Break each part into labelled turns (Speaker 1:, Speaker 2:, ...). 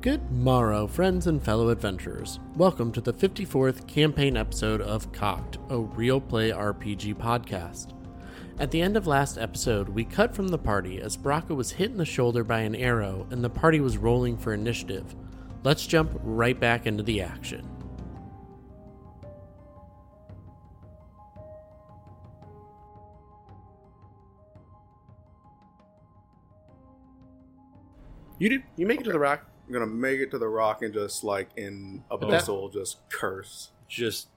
Speaker 1: Good morrow, friends and fellow adventurers. Welcome to the 54th campaign episode of Cocked, a real play RPG podcast. At the end of last episode, we cut from the party as Braca was hit in the shoulder by an arrow and the party was rolling for initiative. Let's jump right back into the action. You do. You make it to the rock.
Speaker 2: I'm gonna make it to the rock and just like in abyssal, just curse.
Speaker 3: just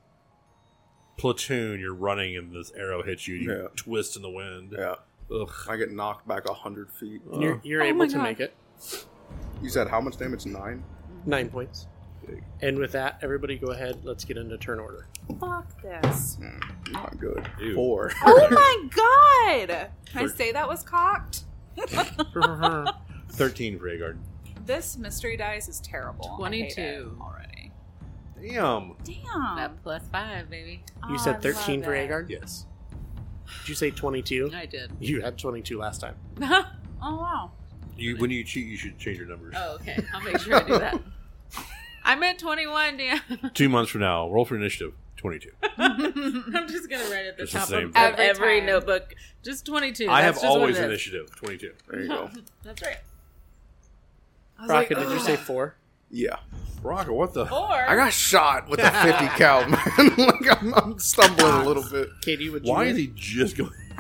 Speaker 3: platoon. You're running, and this arrow hits you. You
Speaker 2: Yeah.
Speaker 3: twist in the wind.
Speaker 2: Yeah,
Speaker 3: Ugh.
Speaker 2: I get knocked back a hundred feet.
Speaker 3: Uh,
Speaker 1: you're you're
Speaker 4: Oh my
Speaker 1: able to
Speaker 4: God.
Speaker 1: make it.
Speaker 2: You said how much damage? Nine.
Speaker 1: Nine points. And with that, everybody go ahead. Let's get into turn order.
Speaker 4: Fuck this.
Speaker 2: Not good.
Speaker 3: Ew.
Speaker 2: Four.
Speaker 4: Oh my god! Can I
Speaker 3: Thir-
Speaker 4: say that was cocked?
Speaker 1: Ah,
Speaker 3: Thirteen for Agard.
Speaker 4: This mystery dice is terrible. I hate it
Speaker 5: 22.
Speaker 4: already.
Speaker 3: Damn.
Speaker 4: Damn.
Speaker 5: That plus five, baby.
Speaker 1: You
Speaker 4: Um,
Speaker 1: said 13 for
Speaker 4: Agar.
Speaker 1: Agard?
Speaker 3: Yes.
Speaker 1: Did you say 22?
Speaker 5: I did.
Speaker 1: You had 22 last time.
Speaker 5: oh,
Speaker 4: Oh wow.
Speaker 3: You when you cheat, you should change your numbers.
Speaker 5: Oh, okay. I'll make sure I do that. I'm at 21, Dan.
Speaker 3: Two months from now, roll for initiative. Twenty-two.
Speaker 5: I'm just going to write at the
Speaker 3: It's the
Speaker 5: top
Speaker 3: same
Speaker 5: of
Speaker 3: thing.
Speaker 5: every,
Speaker 4: Every time.
Speaker 5: notebook. Just 22.
Speaker 3: I
Speaker 5: That's
Speaker 3: have
Speaker 5: just what
Speaker 3: always
Speaker 5: it is.
Speaker 3: initiative. Twenty-two.
Speaker 2: There you go.
Speaker 5: That's right. I was
Speaker 1: Rocket,
Speaker 5: like,
Speaker 1: did you
Speaker 5: "Ugh."
Speaker 1: say 4?
Speaker 2: Yeah.
Speaker 3: Rocket, what the?
Speaker 5: Or
Speaker 2: I got shot with a fifty cal, man. like I'm, I'm stumbling a little bit.
Speaker 1: Katie, would you
Speaker 3: Why
Speaker 1: win?
Speaker 3: is he just going?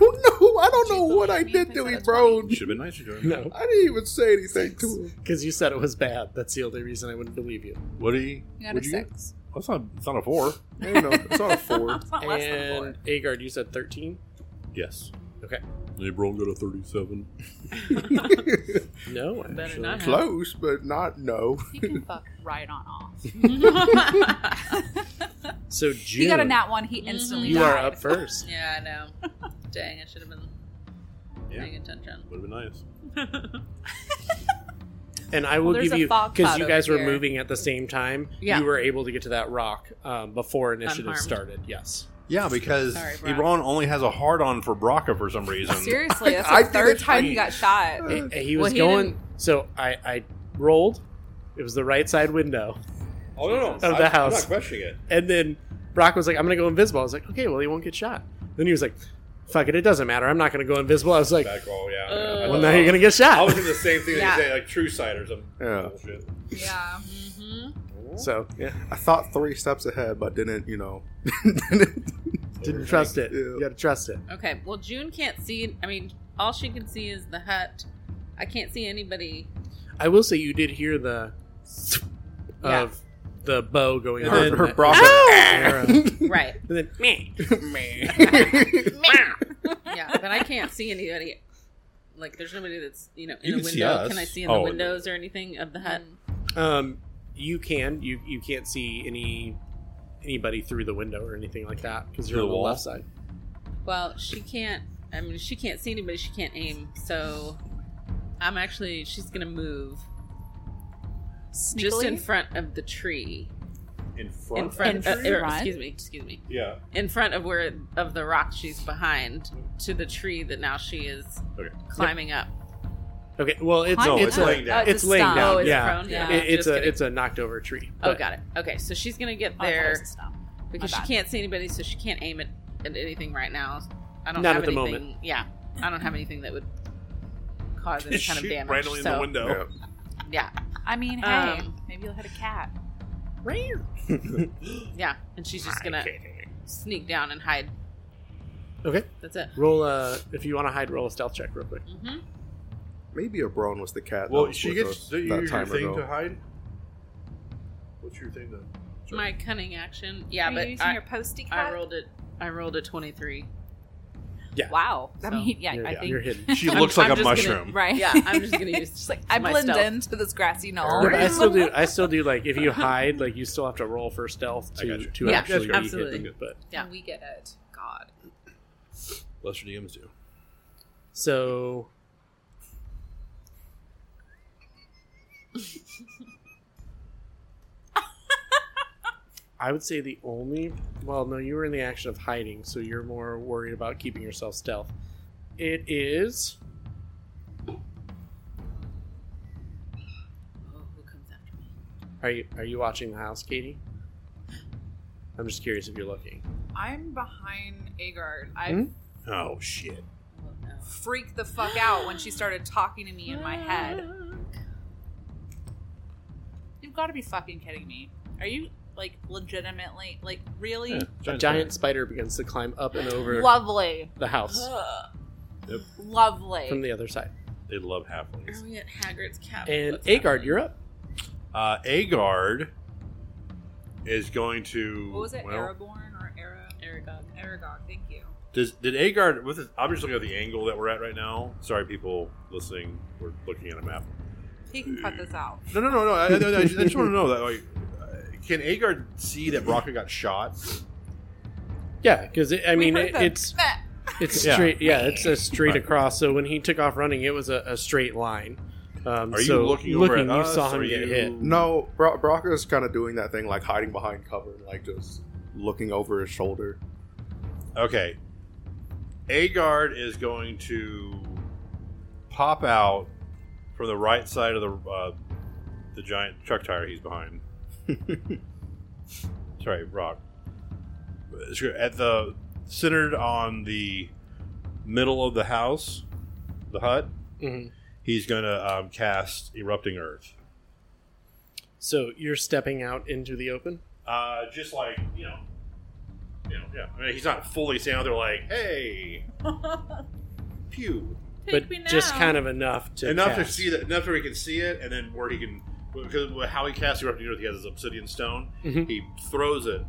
Speaker 2: no, I don't know what I did to him, bro.
Speaker 3: Should have been nicer to him.
Speaker 1: No,
Speaker 2: I didn't even say anything to him.
Speaker 1: because you said it was bad. That's the only reason I wouldn't believe you.
Speaker 3: What do you?
Speaker 4: You got a
Speaker 3: what'd you get?
Speaker 4: six.
Speaker 3: That's not. It's not a four.
Speaker 2: I don't know. It's not a four.
Speaker 4: It's not less than four.
Speaker 1: And Agard, you said 13?
Speaker 3: Yes.
Speaker 1: Okay.
Speaker 3: They rolled it a thirty-seven.
Speaker 1: No,
Speaker 5: Better
Speaker 1: actually.
Speaker 5: not.
Speaker 2: Close, but not no.
Speaker 4: He can fuck right on off.
Speaker 1: So June,
Speaker 4: He got a nat one. He instantly
Speaker 1: you are
Speaker 4: died.
Speaker 1: up first.
Speaker 5: yeah, I know. Dang, I should have been paying attention.
Speaker 3: Would have been nice.
Speaker 1: And I will
Speaker 4: Well, there's
Speaker 1: give
Speaker 4: a
Speaker 1: you,
Speaker 4: fog
Speaker 1: because
Speaker 4: cloud
Speaker 1: you guys
Speaker 4: over
Speaker 1: were
Speaker 4: here.
Speaker 1: moving at the same time,
Speaker 5: Yeah.
Speaker 1: you were able to get to that rock um, before initiative
Speaker 5: Unharmed.
Speaker 1: started. Yes.
Speaker 3: Yeah, because
Speaker 5: Sorry, Brock.
Speaker 3: Ebron only has a hard on for Braca for some reason.
Speaker 4: Seriously, that's
Speaker 2: I
Speaker 4: the
Speaker 2: did
Speaker 4: third
Speaker 2: it
Speaker 4: time
Speaker 2: twice.
Speaker 4: he got shot.
Speaker 1: Eh, eh, he was
Speaker 5: Well, he
Speaker 1: going, so I, I rolled. It was the right side window.
Speaker 3: Oh no, no,
Speaker 1: Of the
Speaker 3: I'm
Speaker 1: house.
Speaker 3: not questioning it.
Speaker 1: And then Brock was like, I'm going to go invisible. I was like, okay, well, he won't get shot. Then he was like, fuck it, it doesn't matter. I'm not going to go invisible. I was like,
Speaker 3: Back all, yeah.
Speaker 5: Uh,
Speaker 3: I
Speaker 1: well,
Speaker 3: thought-
Speaker 1: now you're going to get
Speaker 3: I was
Speaker 1: shot.
Speaker 3: thinking the same thing
Speaker 5: Yeah.
Speaker 3: that you say, like true sight or some
Speaker 2: Yeah.
Speaker 3: bullshit.
Speaker 4: Yeah.
Speaker 5: Mm-hmm.
Speaker 1: So, yeah,
Speaker 2: I thought three steps ahead, but didn't. You know.
Speaker 1: didn't trust it.
Speaker 2: Yeah.
Speaker 1: You got to trust it.
Speaker 5: Okay. Well, June can't see. I mean, all she can see is the hut. I can't see anybody.
Speaker 1: I will say you did hear the of the bow going
Speaker 3: And
Speaker 1: off
Speaker 3: then
Speaker 1: and Oh!
Speaker 2: her
Speaker 1: that-
Speaker 2: bra-
Speaker 1: arrow. and
Speaker 5: Right.
Speaker 1: then meh.
Speaker 5: yeah, but I can't see anybody. Like, there's nobody that's you know in
Speaker 3: You
Speaker 5: a
Speaker 3: can see
Speaker 5: window.
Speaker 3: us.
Speaker 5: Can I see in
Speaker 3: Oh,
Speaker 5: the
Speaker 3: no.
Speaker 5: windows or anything
Speaker 4: Uh,
Speaker 5: of the hut?
Speaker 1: Um, you can you you can't see any anybody through the window or anything like that because you're
Speaker 3: Through
Speaker 1: on
Speaker 3: the
Speaker 1: the
Speaker 3: wall?
Speaker 1: left side.
Speaker 5: Well, she can't. I mean, she can't see anybody. She can't aim. So, I'm actually. She's gonna move just in
Speaker 4: Sneakily?
Speaker 5: front of the tree.
Speaker 3: In front.
Speaker 5: In front.
Speaker 4: In
Speaker 5: uh, er,
Speaker 4: front?
Speaker 5: excuse me. Excuse me.
Speaker 3: Yeah.
Speaker 5: in front of where of the rock she's behind to the tree that now she is
Speaker 3: Okay.
Speaker 5: climbing up.
Speaker 1: Okay, well it's
Speaker 3: No,
Speaker 4: Climbing
Speaker 3: it's
Speaker 4: up.
Speaker 3: laying down.
Speaker 4: Oh,
Speaker 1: it's laying
Speaker 4: stump.
Speaker 1: down.
Speaker 5: Oh, it's
Speaker 1: yeah,
Speaker 5: prone?
Speaker 4: Yeah.
Speaker 1: It- it's
Speaker 5: Just
Speaker 1: a
Speaker 5: kidding.
Speaker 1: it's a knocked over tree.
Speaker 5: Oh,
Speaker 1: But
Speaker 5: got it. Okay, so she's gonna get
Speaker 4: Oh, I thought it was
Speaker 5: there
Speaker 4: a stump.
Speaker 5: because
Speaker 4: My
Speaker 5: she
Speaker 4: bad.
Speaker 5: can't see anybody, so she can't aim at, at anything right now. I don't
Speaker 1: Not
Speaker 5: have
Speaker 1: at the
Speaker 5: anything.
Speaker 1: moment.
Speaker 5: Yeah, I don't have anything that would cause any kind of
Speaker 3: Shoot
Speaker 5: damage.
Speaker 3: randomly
Speaker 5: so,
Speaker 3: in the window.
Speaker 2: Yeah.
Speaker 5: Yeah,
Speaker 4: I mean, hey,
Speaker 5: Um,
Speaker 4: maybe you'll hit a cat.
Speaker 5: yeah, and she's just gonna sneak down and hide.
Speaker 1: Okay,
Speaker 5: That's it.
Speaker 1: roll a if you want to hide, roll a stealth check real quick.
Speaker 5: hmm
Speaker 2: Maybe a Braun was the cat. that
Speaker 3: Well,
Speaker 2: was
Speaker 3: she
Speaker 2: with
Speaker 3: gets
Speaker 2: us
Speaker 3: so you-
Speaker 2: that
Speaker 3: your
Speaker 2: time
Speaker 3: thing
Speaker 2: ago.
Speaker 3: to hide. What's your thing to?
Speaker 5: My cunning action. Yeah,
Speaker 4: Are you
Speaker 5: but
Speaker 4: using
Speaker 5: I,
Speaker 4: your posty cat?
Speaker 5: I rolled it. I rolled a twenty-three.
Speaker 4: Wow. I
Speaker 5: So-
Speaker 4: mean, yeah,
Speaker 1: You're-
Speaker 4: I
Speaker 1: yeah,
Speaker 4: think
Speaker 1: you're hidden.
Speaker 3: She
Speaker 5: I'm-
Speaker 3: looks like
Speaker 5: I'm
Speaker 3: a
Speaker 5: just gonna-
Speaker 3: mushroom.
Speaker 4: right.
Speaker 5: Yeah, I'm just gonna use.
Speaker 4: Just like I
Speaker 5: my
Speaker 4: blend
Speaker 5: stealth.
Speaker 4: into this grassy knoll.
Speaker 1: Yeah, but I still do. I still do. Like if you hide, like you still have to roll for stealth
Speaker 3: I got
Speaker 1: to
Speaker 3: you.
Speaker 1: to
Speaker 5: Yeah,
Speaker 1: actually be
Speaker 5: absolutely.
Speaker 1: hidden. But
Speaker 5: Yeah.
Speaker 4: We get it. God.
Speaker 3: Bless your DMs do.
Speaker 1: so I would say the only well, no, you were in the action of hiding, so you're more worried about keeping yourself stealth. It is
Speaker 5: Oh,
Speaker 1: Are you are you watching the house, Katie? I'm just curious if you're looking.
Speaker 4: I'm behind Agard. I
Speaker 1: Hmm?
Speaker 3: Oh shit!
Speaker 5: Well, no.
Speaker 4: freaked the fuck out when she started talking to me in my head. You've got to be fucking kidding me. Are you like legitimately like really
Speaker 3: Yeah,
Speaker 1: A giant spider begins to climb up and over
Speaker 4: lovely?
Speaker 1: the house
Speaker 3: Yep.
Speaker 4: Lovely.
Speaker 1: from the other side.
Speaker 3: They love halflings.
Speaker 5: Are we at Hagrid's cabin?
Speaker 1: And
Speaker 5: What's
Speaker 1: Agard,
Speaker 5: happening?
Speaker 1: you're up.
Speaker 5: Uh-huh.
Speaker 3: Uh, Agard is going to.
Speaker 4: what was it?
Speaker 3: well,
Speaker 4: Aragorn or Ara?
Speaker 5: Aragog.
Speaker 4: Aragog. Thank you.
Speaker 3: Does did Agard with this, I'm just looking at the angle that we're at right now. Sorry, people listening, we're looking at a map.
Speaker 4: He can cut this out.
Speaker 3: No, no, no, no. I, I- I just, want to know that. Like, uh, can Agard see that Brock got shot?
Speaker 1: Yeah, because I mean
Speaker 4: we heard
Speaker 1: it,
Speaker 4: them.
Speaker 1: it's it's
Speaker 3: Yeah.
Speaker 1: straight. Yeah, it's a straight
Speaker 3: Right.
Speaker 1: across. So when he took off running, it was a, a straight line. Um,
Speaker 3: Are you
Speaker 1: so
Speaker 3: looking over
Speaker 1: looking,
Speaker 3: at
Speaker 1: you
Speaker 3: us,
Speaker 1: saw him
Speaker 3: or
Speaker 1: get
Speaker 3: you-
Speaker 1: hit.
Speaker 2: No, Bro- Brocco's kind of doing that thing, like hiding behind cover, and like just looking over his shoulder.
Speaker 3: Okay. Agard is going to pop out from the right side of the uh, the giant truck tire he's behind. Sorry, Brock. It's good. At the centered on the middle of the house, the hut.
Speaker 1: Mhm.
Speaker 3: He's going to um, cast erupting earth.
Speaker 1: So you're stepping out into the open.
Speaker 3: Uh, just like you know, you know, yeah. I mean, he's not fully standing out there like, "Hey, pew."
Speaker 1: but just kind of enough to
Speaker 3: enough to
Speaker 1: cast.
Speaker 3: see that, enough where he can see it, and then where he can, because how he casts erupting earth, he has his obsidian stone.
Speaker 1: Mhm.
Speaker 3: He throws it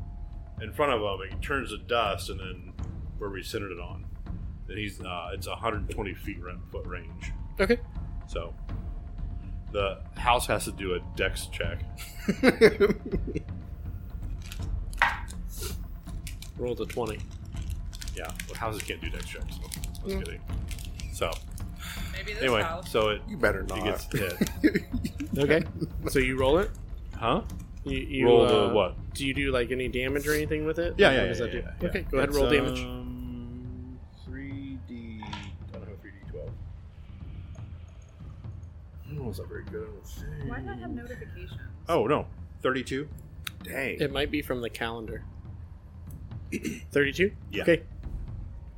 Speaker 3: in front of him, and it turns to dust, and then where we centered it on. And he's uh, it's 120 feet ra- foot range,
Speaker 1: Okay.
Speaker 3: so the house has to do a dex check.
Speaker 1: Roll to twenty.
Speaker 3: Yeah, well, houses can't do dex checks. So I was
Speaker 1: Mm.
Speaker 3: kidding. So
Speaker 4: Maybe this
Speaker 3: anyway,
Speaker 4: house.
Speaker 3: so it
Speaker 2: you better not.
Speaker 3: He gets hit.
Speaker 1: Okay. so you roll it.
Speaker 3: huh?
Speaker 1: You, you
Speaker 3: roll
Speaker 1: uh,
Speaker 3: the what?
Speaker 1: Do you do like any damage or anything with it?
Speaker 3: Yeah,
Speaker 1: What
Speaker 3: yeah, yeah,
Speaker 1: does that
Speaker 3: yeah,
Speaker 1: do?
Speaker 3: yeah, yeah.
Speaker 1: Okay, go ahead. and Roll damage.
Speaker 3: Um, 3D. I don't know, 3D 12. Oh, was that very good? I don't think.
Speaker 4: Why did I have notifications?
Speaker 3: Oh, no. 32?
Speaker 2: Dang.
Speaker 1: It might be from the calendar. Thirty-two.
Speaker 3: Yeah.
Speaker 1: Okay.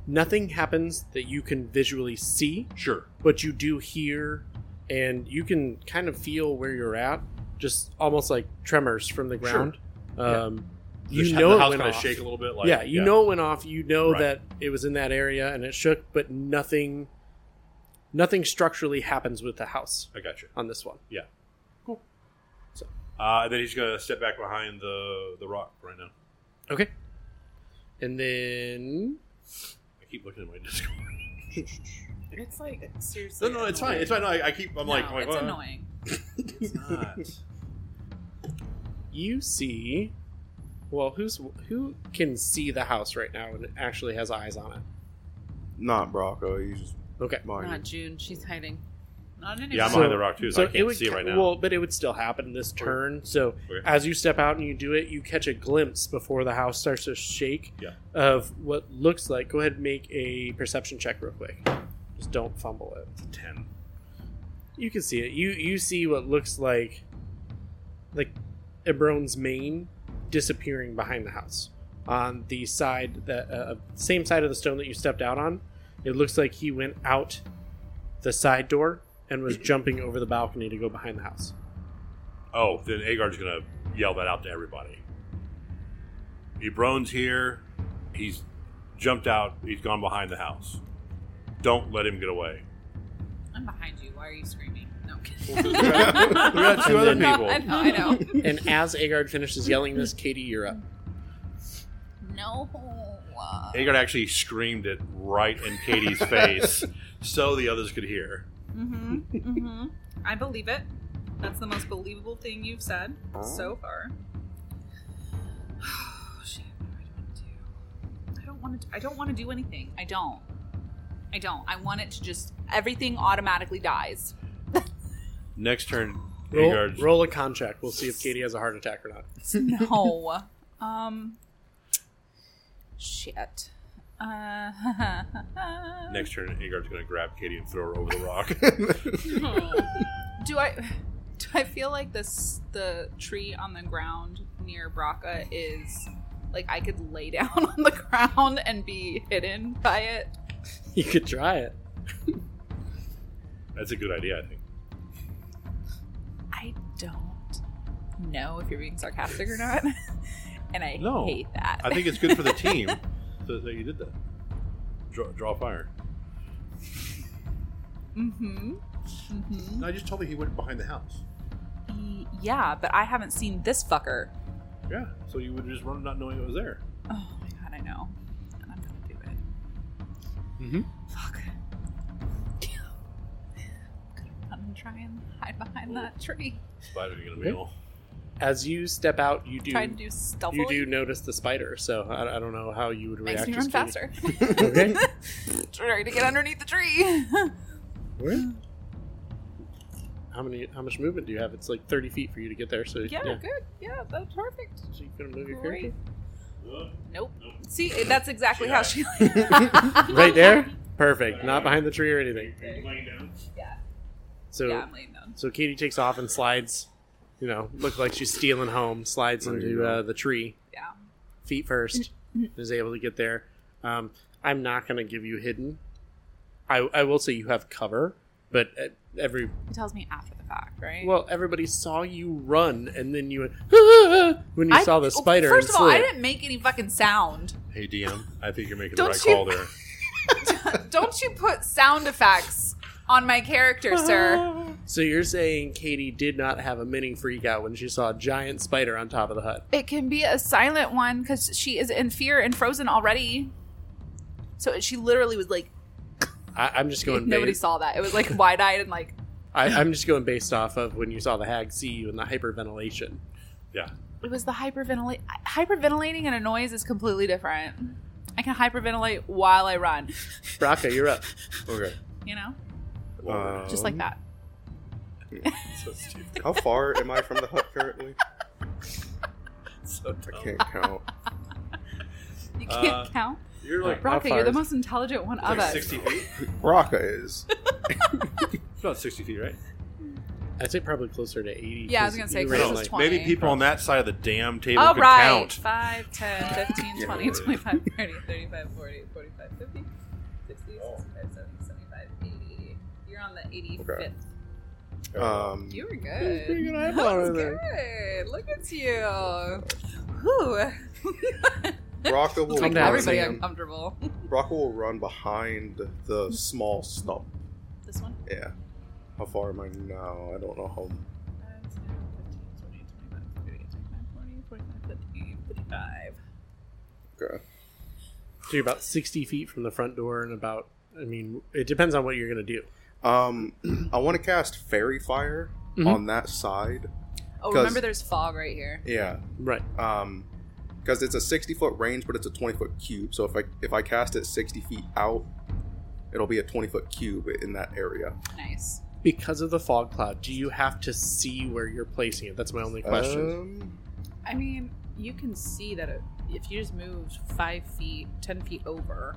Speaker 1: Nothing happens that you can visually see.
Speaker 3: Sure.
Speaker 1: but you do hear and you can kind of feel where you're at just almost like tremors from the
Speaker 3: Sure.
Speaker 1: ground um
Speaker 3: The
Speaker 1: you
Speaker 3: sh-
Speaker 1: know
Speaker 3: the
Speaker 1: it
Speaker 3: house
Speaker 1: went
Speaker 3: kinda
Speaker 1: off
Speaker 3: shake a little bit. Like,
Speaker 1: yeah you know it went off you know
Speaker 3: Right.
Speaker 1: that it was in that area and it shook but nothing nothing structurally happens with the house
Speaker 3: I got you.
Speaker 1: on this one
Speaker 3: Uh, and then he's going to step back behind the, the rock right now.
Speaker 1: okay and then
Speaker 3: I keep looking at my Discord.
Speaker 4: It's like
Speaker 3: No,
Speaker 4: seriously.
Speaker 3: no, it's fine. It's fine. No, I, I keep, I'm like, I'm
Speaker 4: No,
Speaker 3: like,
Speaker 4: it's
Speaker 1: uh-huh.
Speaker 3: "Well,
Speaker 4: annoying.
Speaker 3: It's not.
Speaker 1: you see well who's who can see the house right now and actually has eyes on it
Speaker 2: Not Brocco. uh, He's just
Speaker 1: okay
Speaker 5: Not
Speaker 2: mine.
Speaker 5: Ah, June. She's hiding.
Speaker 4: Not anymore.
Speaker 3: yeah, I'm
Speaker 1: So-
Speaker 3: behind the rock too, so, I
Speaker 1: it
Speaker 3: can't
Speaker 1: would
Speaker 3: see it
Speaker 1: ca-
Speaker 3: right now.
Speaker 1: Well, but it would still happen this turn. So
Speaker 3: Okay.
Speaker 1: as you step out and you do it, you catch a glimpse before the house starts to shake
Speaker 3: Yeah.
Speaker 1: of what looks like. Go ahead and make a perception check real quick. Just don't fumble it.
Speaker 3: 10.
Speaker 1: You can see it. You you see what looks like like Ebron's mane disappearing behind the house on the side that uh, same side of the stone that you stepped out on. It looks like he went out the side door and was jumping over the balcony to go behind the house.
Speaker 3: Oh, then Agard's gonna yell that out to everybody. Ebron's here. He's jumped out. He's gone behind the house. Don't let him get away.
Speaker 4: I'm behind you. Why are you screaming? No.
Speaker 3: We got two other
Speaker 1: And then-
Speaker 3: people.
Speaker 4: I know. I know.
Speaker 1: And as Agard finishes yelling this, Katie, you're up.
Speaker 4: no. Uh,
Speaker 3: Agard actually screamed it right in Katie's face, so the others could hear.
Speaker 4: hmm hmm I believe it. That's the most believable thing you've said so far. Oh, Shit, what do I don't want to do. I don't want to. do anything. I don't. I don't. I want it to just everything automatically dies.
Speaker 3: Next turn,
Speaker 1: Roll,
Speaker 3: Agard's.
Speaker 1: roll a con check. We'll see if Katie has a heart attack or not.
Speaker 4: No. um. Shit. Uh,
Speaker 3: Next turn, Agard's gonna grab Katie and throw her over the rock.
Speaker 5: Oh.
Speaker 4: do I? Do I feel like this the tree on the ground near Braca is like I could lay down on the ground and be hidden by it?
Speaker 1: You could try it.
Speaker 3: That's a good idea, I think.
Speaker 4: I don't know if you're being sarcastic or not, and I
Speaker 3: No.
Speaker 4: hate that.
Speaker 3: I think it's good for the team that, that you did that. Draw, draw fire.
Speaker 4: mm-hmm. Mm-hmm.
Speaker 3: No, I just told you he went behind the house.
Speaker 4: Y- Yeah, but I haven't seen this fucker.
Speaker 3: Yeah, so you would just run not knowing it was there.
Speaker 4: Oh my god, I know. And I'm gonna do it.
Speaker 1: Mhm.
Speaker 4: Fuck. I'm trying to hide behind that tree.
Speaker 3: Spider, you're gonna
Speaker 1: Okay.
Speaker 3: be all.
Speaker 1: As you step out, you do
Speaker 4: Try to do stealthily.
Speaker 1: you do notice the spider. So I, I don't know how you would
Speaker 4: Makes
Speaker 1: react.
Speaker 4: me
Speaker 1: to
Speaker 4: run
Speaker 1: speed.
Speaker 4: faster.
Speaker 1: Okay.
Speaker 4: Try to get underneath the tree.
Speaker 1: How many? How much movement do you have? It's like thirty feet for you to get there. So
Speaker 4: yeah, good. Yeah, that's perfect.
Speaker 1: So you couldn't move your
Speaker 4: Great.
Speaker 1: character
Speaker 4: Nope.
Speaker 3: Nope.
Speaker 4: See, that's exactly how she.
Speaker 1: right there. Perfect. Not behind the tree or anything.
Speaker 4: Yeah.
Speaker 1: So
Speaker 4: yeah, I'm laying down.
Speaker 1: so Katie takes off and slides. You know, look like she's stealing home. Slides
Speaker 2: There you
Speaker 1: into
Speaker 2: go.
Speaker 1: uh, the tree.
Speaker 4: Yeah. Mm-hmm.
Speaker 1: feet first is able to get there um, i'm not going to give you hidden I, I will say you have cover but uh, every
Speaker 4: He tells me after the fact, right?
Speaker 1: well everybody saw you run and then you went "Ah!" when you
Speaker 4: I-
Speaker 1: saw the
Speaker 4: oh,
Speaker 1: spider
Speaker 4: First
Speaker 1: and
Speaker 4: of all, I
Speaker 1: slid.
Speaker 4: didn't make any fucking sound.
Speaker 3: Hey DM, I think you're making
Speaker 4: Don't
Speaker 3: the right
Speaker 4: you-
Speaker 3: call there.
Speaker 4: Don't you put sound effects on my character, sir?
Speaker 1: so you're saying katie did not have a mini freak out when she saw a giant spider on top of the hut
Speaker 4: It can be a silent one because she is in fear and frozen already. So she literally was like,
Speaker 1: I, i'm
Speaker 3: Oh,
Speaker 1: just going
Speaker 4: nobody
Speaker 1: based,
Speaker 4: saw that. It was like wide eyed and like,
Speaker 1: I, i'm just going based off of when you saw the hag see you and the hyperventilation
Speaker 3: Yeah.
Speaker 4: it was the hyperventilate. Hyperventilating and a noise is completely different. I can hyperventilate while I run,
Speaker 1: braca you're up
Speaker 2: Okay.
Speaker 4: you know,
Speaker 2: Um,
Speaker 4: just like that.
Speaker 3: So stupid.
Speaker 2: How far am I from the hut currently?
Speaker 3: So
Speaker 2: I
Speaker 3: dumb.
Speaker 2: can't count.
Speaker 4: You can't
Speaker 3: Uh,
Speaker 4: count.
Speaker 3: You're like,
Speaker 1: How
Speaker 4: Braca, you're
Speaker 1: far
Speaker 4: the
Speaker 1: is-
Speaker 4: most intelligent one of
Speaker 3: like
Speaker 4: us.
Speaker 3: 60 feet.
Speaker 2: Braca is.
Speaker 3: It's about 60 feet, right?
Speaker 1: i'd say probably closer to 80
Speaker 4: Yeah, I was
Speaker 1: 'cause
Speaker 4: gonna say,
Speaker 1: you
Speaker 4: 'cause
Speaker 1: ran,
Speaker 4: it's
Speaker 1: like,
Speaker 4: 20.
Speaker 3: Maybe people on that side of the damn table
Speaker 4: All
Speaker 3: could
Speaker 4: right.
Speaker 3: count.
Speaker 4: 5, 10, 15, 20,
Speaker 3: Yeah.
Speaker 4: 25, 30, 35, 40, 45, 50, 60, 65, 70, 75, 80. You're on the 85th.
Speaker 2: Okay. Um,
Speaker 4: You were good.
Speaker 1: was pretty good
Speaker 4: That
Speaker 1: eyeball
Speaker 4: was
Speaker 1: right
Speaker 4: good. Look at you. Whew.
Speaker 2: Braca will
Speaker 1: Calm
Speaker 2: run
Speaker 1: down.
Speaker 4: Everybody
Speaker 2: in-
Speaker 4: uncomfortable.
Speaker 2: Braca will run behind the small stump.
Speaker 4: This one?
Speaker 2: Yeah. How far am I now? I don't know how.
Speaker 4: 5, 10, 15, 20, 25, 30, 35, 40, 45, 50, 55.
Speaker 2: Okay.
Speaker 1: So you're about 60 feet from the front door, and about, I mean, it depends on what you're going to do.
Speaker 2: Um, I want to cast Fairy Fire
Speaker 1: Mhm.
Speaker 2: on that side.
Speaker 4: Oh,
Speaker 2: 'Cause-
Speaker 4: remember there's fog right here.
Speaker 2: Yeah.
Speaker 1: Right.
Speaker 2: Um, because it's a 60 foot range, but it's a 20 foot cube. So if I if I cast it 60 feet out, it'll be a 20 foot cube in that area.
Speaker 4: Nice.
Speaker 1: Because of the fog cloud, do you have to see where you're placing it? That's my only question.
Speaker 2: Um,
Speaker 5: I mean, you can see that it, if you just moved five feet, ten feet over,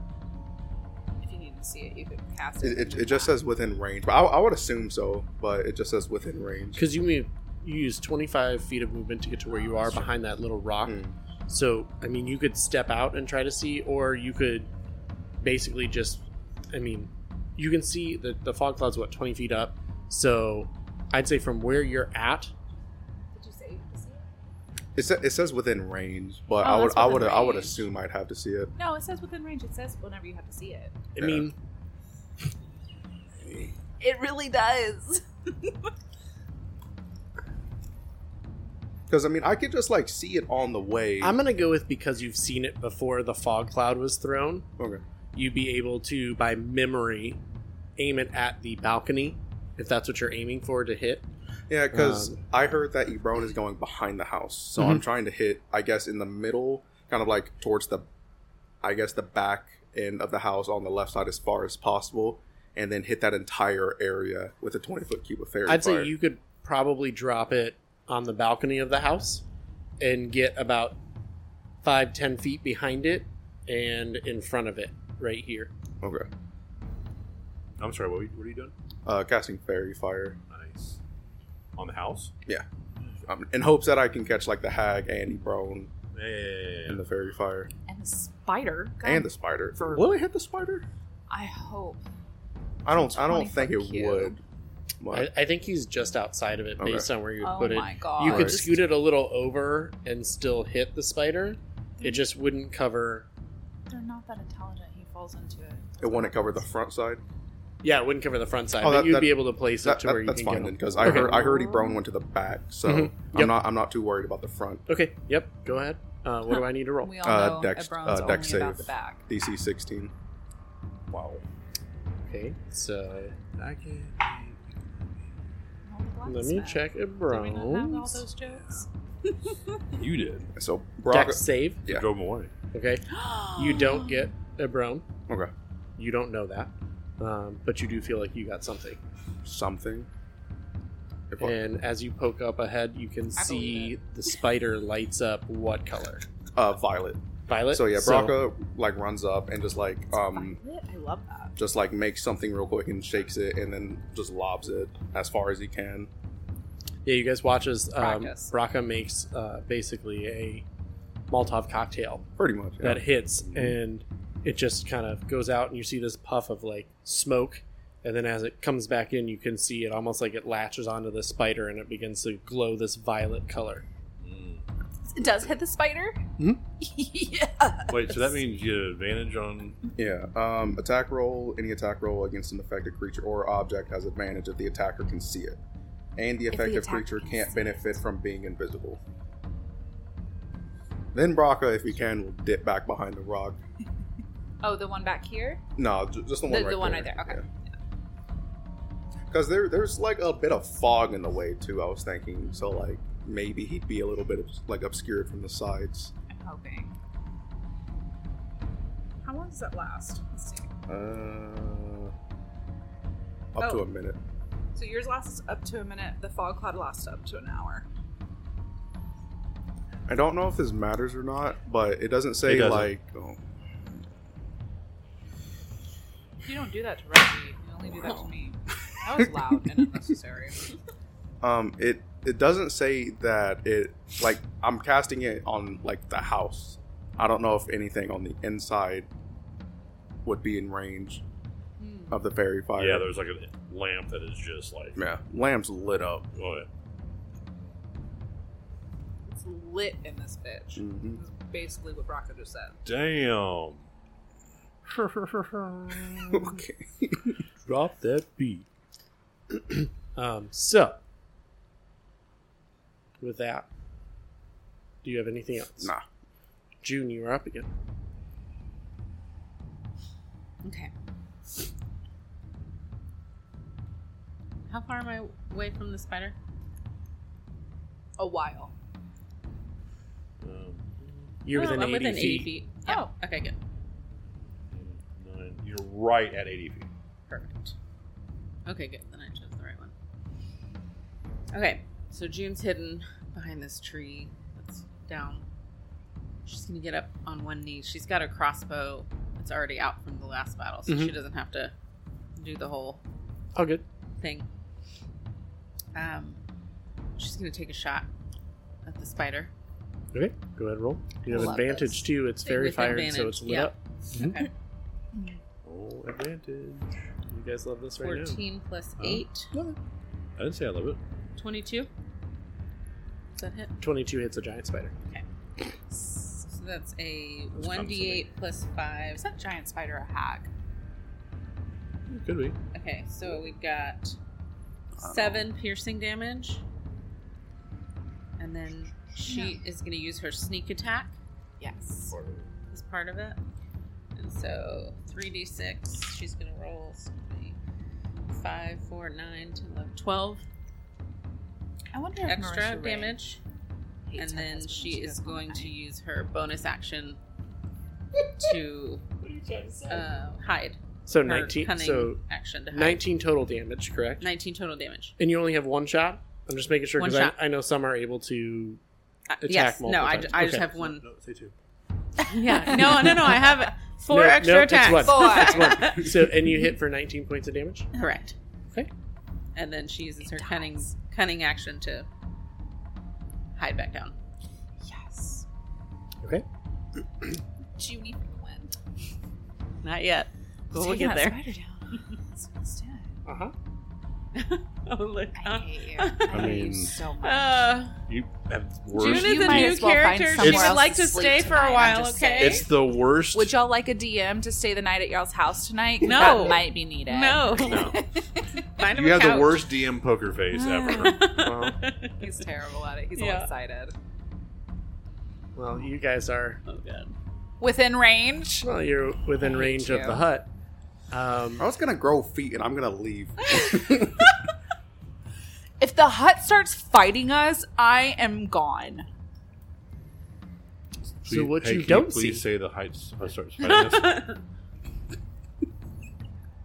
Speaker 5: if you needed to see it, you could cast
Speaker 2: it,
Speaker 5: it.
Speaker 2: it, it just says within range, but I, I would assume so. But it just says within range.
Speaker 1: Because you move, you use 25 feet of movement to get to where you are behind that little rock.
Speaker 2: Mm.
Speaker 1: So, I mean, you could step out and try to see, or you could basically just, I mean, you can see that the fog cloud's what, 20 feet up? So I'd say from where you're at,
Speaker 4: Did you say you could see it?
Speaker 2: It, sa- it says within range, but
Speaker 4: Oh,
Speaker 2: I would
Speaker 4: that's
Speaker 2: I
Speaker 4: within
Speaker 2: would I would
Speaker 4: range.
Speaker 2: assume I'd have to see it.
Speaker 4: No, it says within range. It says whenever you have to see it.
Speaker 1: I
Speaker 2: Yeah.
Speaker 1: mean,
Speaker 4: It really does.
Speaker 2: Because I mean, I could just like see it on the way.
Speaker 1: I'm gonna go with because you've seen it before the fog cloud was thrown.
Speaker 2: Okay.
Speaker 1: You'd be able to, by memory, aim it at the balcony if that's what you're aiming for to hit.
Speaker 2: Yeah, because
Speaker 1: Um, Mm-hmm.
Speaker 2: I heard that Ebron is going behind the house, so I'm trying to hit, I guess, in the middle, kind of like towards the, I guess, the back end of the house on the left side as far as possible, and then hit that entire area with a 20 foot cube of fairy
Speaker 1: I'd
Speaker 2: fire.
Speaker 1: say you could probably drop it on the balcony of the house and get about five, ten feet behind it and in front of it, right here.
Speaker 2: Okay.
Speaker 3: I'm sorry, what, were you- what are you doing?
Speaker 2: Uh, casting fairy fire.
Speaker 3: Nice. on the house.
Speaker 2: um, in hopes that I can catch like the hag, Andy Brown,
Speaker 3: Yeah, yeah, yeah, yeah.
Speaker 2: and the fairy fire,
Speaker 4: And the spider. God,
Speaker 2: and the spider.
Speaker 4: For-
Speaker 2: Will it hit the spider?
Speaker 4: I hope.
Speaker 2: I don't. I don't
Speaker 4: 20
Speaker 2: think it
Speaker 4: from Q.
Speaker 2: would. But
Speaker 1: I, I think he's just outside of it
Speaker 2: Okay.
Speaker 1: based on where you
Speaker 4: Oh
Speaker 1: put it.
Speaker 4: my god.
Speaker 1: You could
Speaker 4: Just-
Speaker 1: scoot it a little over and still hit the spider. It just wouldn't cover.
Speaker 4: They're not that intelligent. He falls into it.
Speaker 2: it wouldn't cover the front side.
Speaker 1: Yeah, it wouldn't cover the front side, but
Speaker 2: Oh, that-
Speaker 1: you'd
Speaker 2: that-
Speaker 1: be able to place
Speaker 2: That-
Speaker 1: it to
Speaker 2: that-
Speaker 1: where you
Speaker 2: that's
Speaker 1: can
Speaker 2: fine
Speaker 1: get
Speaker 2: then,
Speaker 1: him.
Speaker 2: because I
Speaker 1: Okay.
Speaker 2: heard I heard Ebron went to the back, so
Speaker 1: Mhm. Yep.
Speaker 2: I'm not I'm not too worried about the front.
Speaker 1: Okay. Yep. Go ahead. Uh, what do I need to roll?
Speaker 4: We all
Speaker 2: Uh,
Speaker 4: know
Speaker 2: dex-
Speaker 4: Ebron's
Speaker 2: uh, dex
Speaker 4: only about
Speaker 2: save.
Speaker 4: the back.
Speaker 2: DC 16.
Speaker 1: Wow. Okay. So I can.
Speaker 4: Well, the
Speaker 1: Let me
Speaker 4: blacksmith.
Speaker 1: check
Speaker 4: Do we not have all
Speaker 1: Ebron's
Speaker 4: those jokes?
Speaker 3: You did.
Speaker 2: So
Speaker 1: dex
Speaker 2: Braga,
Speaker 1: save.
Speaker 2: Yeah.
Speaker 3: Drove him away.
Speaker 1: Okay. You don't get Ebron.
Speaker 2: okay,
Speaker 1: You don't know that, um, but you do feel like you got something.
Speaker 2: something. If I-
Speaker 1: And as you poke up ahead, you can see the spider lights up. What color?
Speaker 2: uh, Violet.
Speaker 1: Violet.
Speaker 2: So yeah, Braca like runs up and just like um
Speaker 4: Violet? I love that.
Speaker 2: just like makes something real quick and shakes it and then just lobs it as far as he can.
Speaker 1: Yeah, you guys watch as um,
Speaker 5: Practice.
Speaker 1: Braca makes uh, basically a Molotov cocktail
Speaker 2: Pretty much. Yeah.
Speaker 1: that hits, and it just kind of goes out, and you see this puff of like smoke, and then as it comes back in, you can see it almost like it latches onto the spider, and it begins to glow this violet color.
Speaker 3: Mm.
Speaker 4: It does hit the spider?
Speaker 2: Hmm?
Speaker 1: Mhm.
Speaker 4: yeah.
Speaker 3: Wait, so that means you get advantage on.
Speaker 2: Yeah. Um, attack roll. Any attack roll against an affected creature or object has advantage if the attacker can see it, and the
Speaker 4: the
Speaker 2: affected
Speaker 4: attacker
Speaker 2: creature
Speaker 4: can
Speaker 2: can't
Speaker 4: see it.
Speaker 2: benefit from being invisible. Then Braca, if he can, will dip back behind the rock.
Speaker 4: Oh, the one back here?
Speaker 2: No, ju- just the one.
Speaker 4: The-
Speaker 2: right
Speaker 4: the one
Speaker 2: there.
Speaker 4: right there, okay.
Speaker 2: Because there, there's like a bit of fog in the way too. I was thinking, so like maybe he'd be a little bit like obscured from the sides.
Speaker 4: I'm hoping. How long does that last? Let's see.
Speaker 2: Uh, up to
Speaker 4: Oh.
Speaker 2: a minute.
Speaker 4: So yours lasts up to a minute. The fog cloud lasts up to an hour.
Speaker 2: I don't know if this matters or not, but it doesn't say
Speaker 3: It doesn't.
Speaker 2: like. Oh,
Speaker 4: You don't do that to Reggie. You only do that to me. That was loud and unnecessary.
Speaker 2: um, it it doesn't say that it like I'm casting it on like the house. I don't know if anything on the inside would be in range
Speaker 5: Hmm.
Speaker 2: of the fairy fire.
Speaker 3: Yeah, there's like a lamp that is just like.
Speaker 2: yeah. Lamb's lit up.
Speaker 3: Oh, yeah.
Speaker 4: It's lit in this bitch.
Speaker 3: Mm-hmm.
Speaker 2: Mhm.
Speaker 4: This is basically what Rocco just said.
Speaker 3: Damn. Um,
Speaker 2: okay.
Speaker 3: Drop that beat.
Speaker 1: Um, so, with that, do you have anything else?
Speaker 2: Nah.
Speaker 1: June, you are up again.
Speaker 5: Okay. How far am I away from the spider?
Speaker 4: A while.
Speaker 3: Um,
Speaker 1: You're
Speaker 5: Oh,
Speaker 1: within,
Speaker 5: I'm
Speaker 1: 80,
Speaker 5: within
Speaker 1: feet.
Speaker 5: 80 feet. Yeah. Okay, good.
Speaker 3: nine. You're right at 80 feet.
Speaker 5: Perfect. Okay, good. Then I chose the right one. Okay, so June's hidden behind this tree that's down. She's gonna get up on one knee. She's got her crossbow. It's already out from the last battle, so she
Speaker 1: Mhm.
Speaker 5: doesn't have to do the whole
Speaker 1: Oh, good.
Speaker 5: thing. Um, she's gonna take a shot at the spider.
Speaker 1: Okay, go ahead and roll. You have
Speaker 5: Love
Speaker 1: advantage
Speaker 5: this.
Speaker 1: too. It's fairy
Speaker 5: With
Speaker 1: fired, so
Speaker 5: advantage,
Speaker 1: it's lit
Speaker 5: yeah.
Speaker 1: up.
Speaker 5: Okay.
Speaker 4: Mm-hmm.
Speaker 3: Oh, advantage.
Speaker 1: You guys love this right now.
Speaker 5: 14 plus 8,
Speaker 3: I didn't say I love it.
Speaker 5: 22. Does that hit?
Speaker 1: 22 hits a giant spider.
Speaker 5: So that's a
Speaker 3: That's
Speaker 5: 1d8 plus 5.
Speaker 4: Is that giant spider a hag?
Speaker 5: Hmm.
Speaker 3: Could be.
Speaker 5: Okay, so we've got seven piercing damage. And then she is going to use her sneak attack
Speaker 4: Yes.
Speaker 5: as part of it. And so 3d6, she's going to roll something. 5, 4, 9, 10, 11, 12
Speaker 4: I wonder if
Speaker 5: extra
Speaker 4: Marisha Ray
Speaker 5: damage.
Speaker 4: hates
Speaker 5: And
Speaker 4: her
Speaker 5: then
Speaker 4: husband.
Speaker 5: she is
Speaker 4: goes,
Speaker 5: going to
Speaker 4: "I-
Speaker 5: use her bonus action to uh, hide.
Speaker 1: So
Speaker 5: her
Speaker 1: 19.
Speaker 5: cunning
Speaker 1: So
Speaker 5: action to hide.
Speaker 1: 19 total damage, correct?
Speaker 5: 19 total damage.
Speaker 1: And you only have one shot. I'm just making sure
Speaker 5: One
Speaker 1: because I,
Speaker 5: shot.
Speaker 1: I know some are able to.
Speaker 5: Uh,
Speaker 1: Attack
Speaker 5: yes. No,
Speaker 1: multiple
Speaker 5: I, ju-
Speaker 1: times.
Speaker 5: I just
Speaker 1: Okay.
Speaker 5: have one.
Speaker 3: No, say two.
Speaker 5: Yeah. No, no, no. I have four
Speaker 1: No,
Speaker 5: extra
Speaker 1: no, it's
Speaker 5: attacks.
Speaker 1: one.
Speaker 4: Four.
Speaker 1: It's one. So and you hit for 19 points of damage.
Speaker 5: Correct.
Speaker 1: Okay.
Speaker 5: And then she uses her cunning cunning action to hide back down.
Speaker 4: Yes.
Speaker 1: Okay.
Speaker 4: Junie for the win.
Speaker 5: Not yet. But we'll
Speaker 4: Taking that
Speaker 5: get there.
Speaker 4: Spider down. That's what it's doing.
Speaker 1: Uh huh.
Speaker 5: Oh, look.
Speaker 4: I hate you. Uh, I,
Speaker 2: I
Speaker 4: hate you
Speaker 2: mean-
Speaker 4: so much.
Speaker 5: Uh,
Speaker 3: You have
Speaker 5: June
Speaker 3: worse.
Speaker 5: is
Speaker 4: You
Speaker 5: a
Speaker 4: might
Speaker 5: new
Speaker 4: as well find
Speaker 5: character. She
Speaker 4: somewhere
Speaker 5: would
Speaker 4: else
Speaker 5: like
Speaker 4: to
Speaker 5: to
Speaker 4: sleep
Speaker 5: stay for
Speaker 4: tonight,
Speaker 5: a
Speaker 4: I'm
Speaker 5: while,
Speaker 4: just
Speaker 5: okay?
Speaker 4: saying.
Speaker 3: it's the worst.
Speaker 4: Would y'all like a DM to stay the night at y'all's house tonight? 'Cause
Speaker 5: No.
Speaker 4: That might be needed.
Speaker 5: No.
Speaker 3: No.
Speaker 5: Find him
Speaker 3: you
Speaker 5: a
Speaker 3: have
Speaker 5: couch.
Speaker 3: the worst DM poker face ever.
Speaker 4: He's terrible at it. He's all
Speaker 5: Yeah.
Speaker 4: excited.
Speaker 1: Well, you guys are
Speaker 5: oh, God.
Speaker 4: Within range.
Speaker 1: well, you're within
Speaker 4: hate
Speaker 1: range
Speaker 4: you.
Speaker 1: of the hut. Um,
Speaker 2: I was gonna grow feet, and I'm gonna leave.
Speaker 4: If the hut starts fighting us, I am gone.
Speaker 1: So what you
Speaker 3: can
Speaker 1: don't
Speaker 3: please
Speaker 1: see-
Speaker 3: say the heights uh, starts fighting us?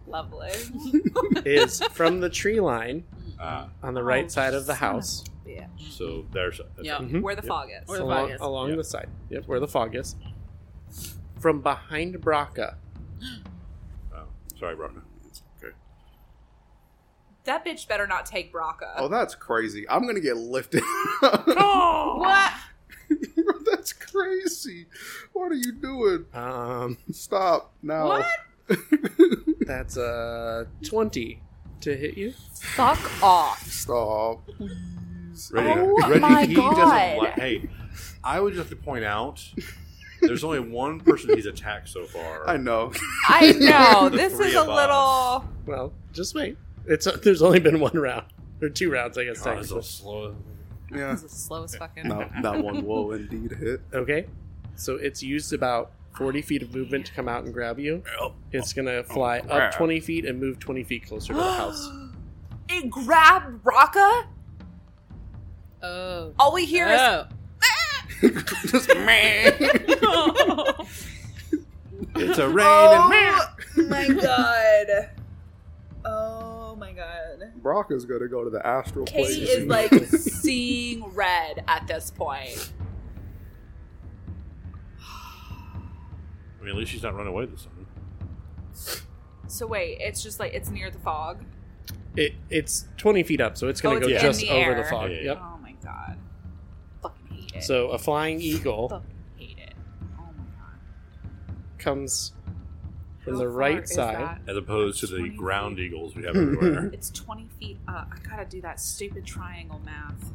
Speaker 4: Lovely.
Speaker 1: is from the tree line
Speaker 3: Ah,
Speaker 1: on the
Speaker 4: Oh,
Speaker 1: right side of the
Speaker 4: son of a
Speaker 1: house,
Speaker 4: yeah.
Speaker 3: so there's that's
Speaker 5: Yeah.
Speaker 1: Mhm.
Speaker 4: Where the
Speaker 3: Mm-hmm. Yep. Oh,
Speaker 4: fog is.
Speaker 5: Where the
Speaker 1: along,
Speaker 5: fog is.
Speaker 1: along
Speaker 3: Yep.
Speaker 1: the side. Yep, where the fog is. From behind Braca,
Speaker 3: Oh, sorry, Rocco. Okay.
Speaker 4: That bitch better not take Braca.
Speaker 2: oh, that's crazy. I'm gonna get lifted.
Speaker 3: Oh.
Speaker 4: what?
Speaker 2: that's crazy. What are you doing?
Speaker 1: um,
Speaker 2: Stop now.
Speaker 4: What?
Speaker 1: that's a twenty to hit you.
Speaker 4: Fuck off.
Speaker 2: Stop.
Speaker 3: Ready,
Speaker 4: Oh
Speaker 3: ready.
Speaker 4: my
Speaker 3: he
Speaker 4: God.
Speaker 3: Doesn't li- hey, I would just have to point out there's only one person he's attacked so far.
Speaker 2: I know.
Speaker 4: I know.
Speaker 3: The
Speaker 4: this
Speaker 3: three
Speaker 4: is a
Speaker 3: of us.
Speaker 4: little.
Speaker 1: Well, just wait. It's there's only been one round or two rounds, I guess.
Speaker 3: God, Oh, it's so
Speaker 1: technically.
Speaker 3: slow.
Speaker 2: Yeah.
Speaker 4: This is the slowest fucking.
Speaker 2: No, that one will indeed hit.
Speaker 1: Okay, so it's used about forty feet of movement to come out and grab you. It's gonna fly
Speaker 3: crap.
Speaker 1: up twenty feet and move twenty feet closer to the house.
Speaker 4: It grabbed Braca.
Speaker 5: Oh.
Speaker 4: All we hear is
Speaker 2: Just man.
Speaker 5: Oh.
Speaker 3: It's a rain
Speaker 4: Oh my god. Oh my god.
Speaker 2: Brock is gonna go to the astral
Speaker 4: Katie
Speaker 2: plane.
Speaker 4: is like seeing red at this point.
Speaker 3: and I mean, at least she's not run away this time.
Speaker 4: So wait, it's just like it's near the fog.
Speaker 1: It it's twenty feet up, so it's gonna
Speaker 4: Oh,
Speaker 1: go
Speaker 4: it's
Speaker 3: in
Speaker 1: just
Speaker 4: the
Speaker 1: over
Speaker 4: air.
Speaker 1: the fog.
Speaker 3: Yeah, yeah,
Speaker 1: Yep.
Speaker 4: Oh my god. Fucking hate it.
Speaker 1: So a flying eagle
Speaker 4: Fucking hate it. Oh my god.
Speaker 1: comes from
Speaker 4: How
Speaker 1: the
Speaker 4: far
Speaker 1: right
Speaker 4: is
Speaker 1: side.
Speaker 4: that?
Speaker 3: As opposed to the
Speaker 4: 20
Speaker 3: ground eagles we have everywhere.
Speaker 4: It's 20 feet up. I gotta do that stupid triangle math.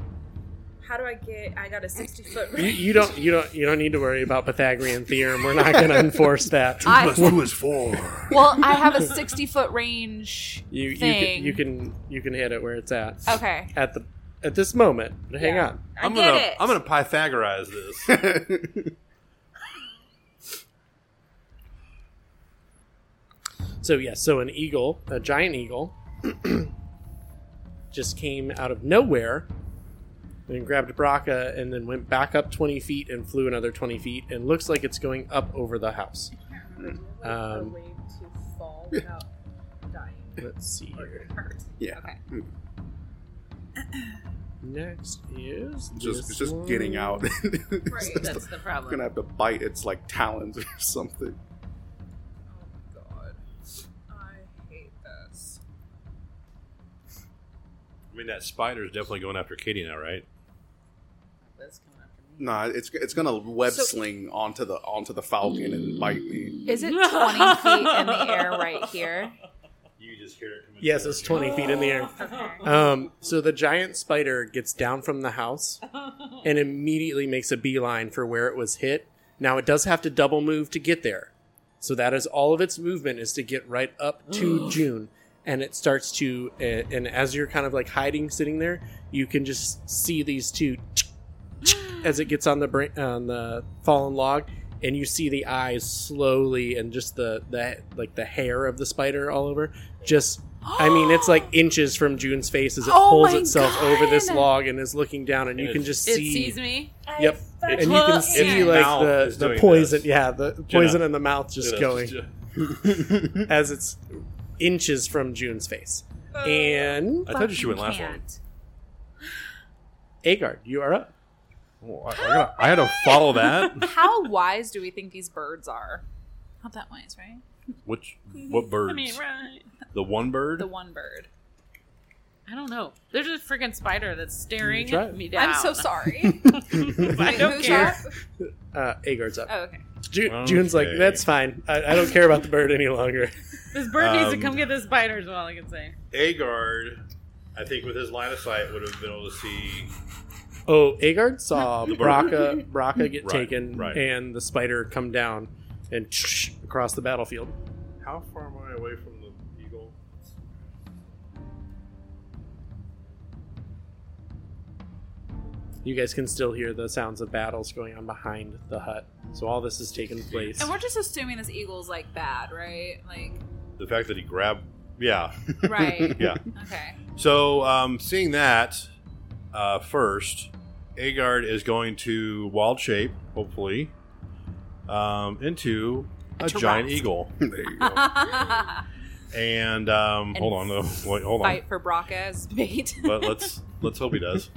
Speaker 4: How do I get. I got a 60 foot
Speaker 1: You,
Speaker 4: range.
Speaker 1: you don't you don't you don't need to worry about Pythagorean theorem. We're not gonna enforce that.
Speaker 4: I-
Speaker 3: two is four.
Speaker 4: well, I have a 60 foot range.
Speaker 1: You you
Speaker 4: thing.
Speaker 1: can, you can you can hit it where it's at.
Speaker 4: Okay.
Speaker 1: At the at this moment, but hang
Speaker 4: Yeah.
Speaker 1: on.
Speaker 4: I
Speaker 3: I'm
Speaker 4: get
Speaker 3: gonna
Speaker 4: it.
Speaker 3: I'm gonna Pythagorize this.
Speaker 1: So yes, so an eagle, a giant eagle, just came out of nowhere and grabbed Braca and then went back up twenty feet and flew another twenty feet and looks like it's going up over the house. Um,
Speaker 4: way to fall without dying.
Speaker 1: Let's see here.
Speaker 2: yeah.
Speaker 4: Okay.
Speaker 1: Next is
Speaker 2: Just
Speaker 1: this
Speaker 2: it's just getting
Speaker 1: one.
Speaker 2: out.
Speaker 4: Right,
Speaker 2: It's
Speaker 5: That's the
Speaker 2: I'm
Speaker 5: problem.
Speaker 2: gonna have to bite its like talons or something.
Speaker 4: Oh my god. I hate this.
Speaker 3: I mean, that spider's definitely going after Katie now, right?
Speaker 5: That's coming after me.
Speaker 2: Nah, it's it's gonna web
Speaker 4: So-
Speaker 2: sling onto the onto the falcon and bite me.
Speaker 4: Is it 20 feet in the air right here?
Speaker 3: You just hear it coming.
Speaker 1: Yes, it's twenty feet in the air. Um, so the giant spider gets down from the house and immediately makes a beeline for where it was hit. Now it does have to double move to get there. So that is all of its movement is to get right up to June, and it starts to. And, and as you're kind of like hiding, sitting there, you can just see these two as it gets on the bra- on the fallen log, and you see the eyes slowly and just the the like the hair of the spider all over. Just I mean, it's like inches from June's face as it
Speaker 4: Oh
Speaker 1: pulls
Speaker 4: my
Speaker 1: itself over this
Speaker 4: God.
Speaker 1: log and is looking down, and
Speaker 3: And
Speaker 1: you can
Speaker 3: it's-
Speaker 1: just
Speaker 5: It
Speaker 1: see.
Speaker 5: sees me.
Speaker 1: Yep.
Speaker 3: It's-
Speaker 1: And you can
Speaker 3: Its
Speaker 1: see like
Speaker 3: mouth
Speaker 1: the,
Speaker 3: is
Speaker 1: the
Speaker 3: doing
Speaker 1: poison,
Speaker 3: this.
Speaker 1: yeah, the poison in the mouth just
Speaker 3: Yeah,
Speaker 1: going
Speaker 3: just-
Speaker 1: as it's inches from June's face.
Speaker 4: Oh.
Speaker 1: And
Speaker 3: I told you she wouldn't last long.
Speaker 1: Agard, you are up.
Speaker 3: Well, Oh, I, I gotta- I had to follow that.
Speaker 4: How wise do we think these birds are? Not that wise, right?
Speaker 5: Mm-hmm.
Speaker 3: Which what birds?
Speaker 5: I mean, right.
Speaker 3: The one bird.
Speaker 4: The one bird.
Speaker 5: I don't know. There's a freaking spider that's staring
Speaker 1: try it.
Speaker 5: me down.
Speaker 4: I'm so sorry.
Speaker 5: I
Speaker 4: Wait,
Speaker 5: don't
Speaker 4: who's
Speaker 5: care.
Speaker 4: up?
Speaker 1: Uh, Agard's up.
Speaker 4: Oh, okay.
Speaker 1: Ju- June's like,
Speaker 3: Okay.
Speaker 1: that's fine. I, I don't care about the bird any longer.
Speaker 5: This bird needs to
Speaker 3: Um,
Speaker 5: come get this spider. Is all I can say.
Speaker 3: Agard, I think with his line of sight, would have been able to see.
Speaker 1: Oh, Agard saw
Speaker 3: The bird.
Speaker 1: Braca Braca get
Speaker 3: Right,
Speaker 1: taken
Speaker 3: right.
Speaker 1: and the spider come down and across the battlefield.
Speaker 3: How far am I away from the eagle?
Speaker 1: You guys can still hear the sounds of battles going on behind the hut. So all this is taking place.
Speaker 4: And we're just assuming this eagle's like bad, right? Like,
Speaker 3: The fact that he grabbed. Yeah,
Speaker 4: right?
Speaker 3: yeah.
Speaker 4: Okay.
Speaker 3: So, um, seeing that uh, first, Agard is going to wild shape, hopefully, um, into a,
Speaker 4: A
Speaker 3: giant
Speaker 4: giraffe.
Speaker 3: eagle.
Speaker 2: there you go.
Speaker 4: Fight
Speaker 3: And, um, hold on, though. Wait, hold on.
Speaker 4: for Braca as bait.
Speaker 3: But let's let's hope he does.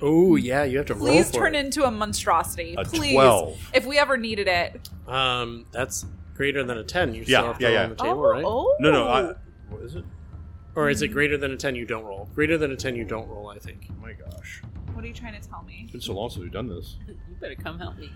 Speaker 1: oh yeah, you have to roll
Speaker 4: Please
Speaker 1: for
Speaker 4: turn into a monstrosity.
Speaker 3: A
Speaker 4: Please.
Speaker 3: twelve.
Speaker 4: If we ever needed it.
Speaker 1: it. Um, that's greater than a ten. You
Speaker 3: Yeah,
Speaker 1: still have to
Speaker 3: yeah,
Speaker 1: roll
Speaker 3: yeah.
Speaker 1: on the table,
Speaker 4: oh,
Speaker 1: right?
Speaker 4: oh.
Speaker 3: No, no. I, what is it?
Speaker 1: Or is it greater than a ten? You don't roll. Greater than a ten, you don't roll. I think.
Speaker 3: Oh my gosh,
Speaker 4: What are you trying to tell me?
Speaker 3: it's been so long since we've done this.
Speaker 5: You better come help me.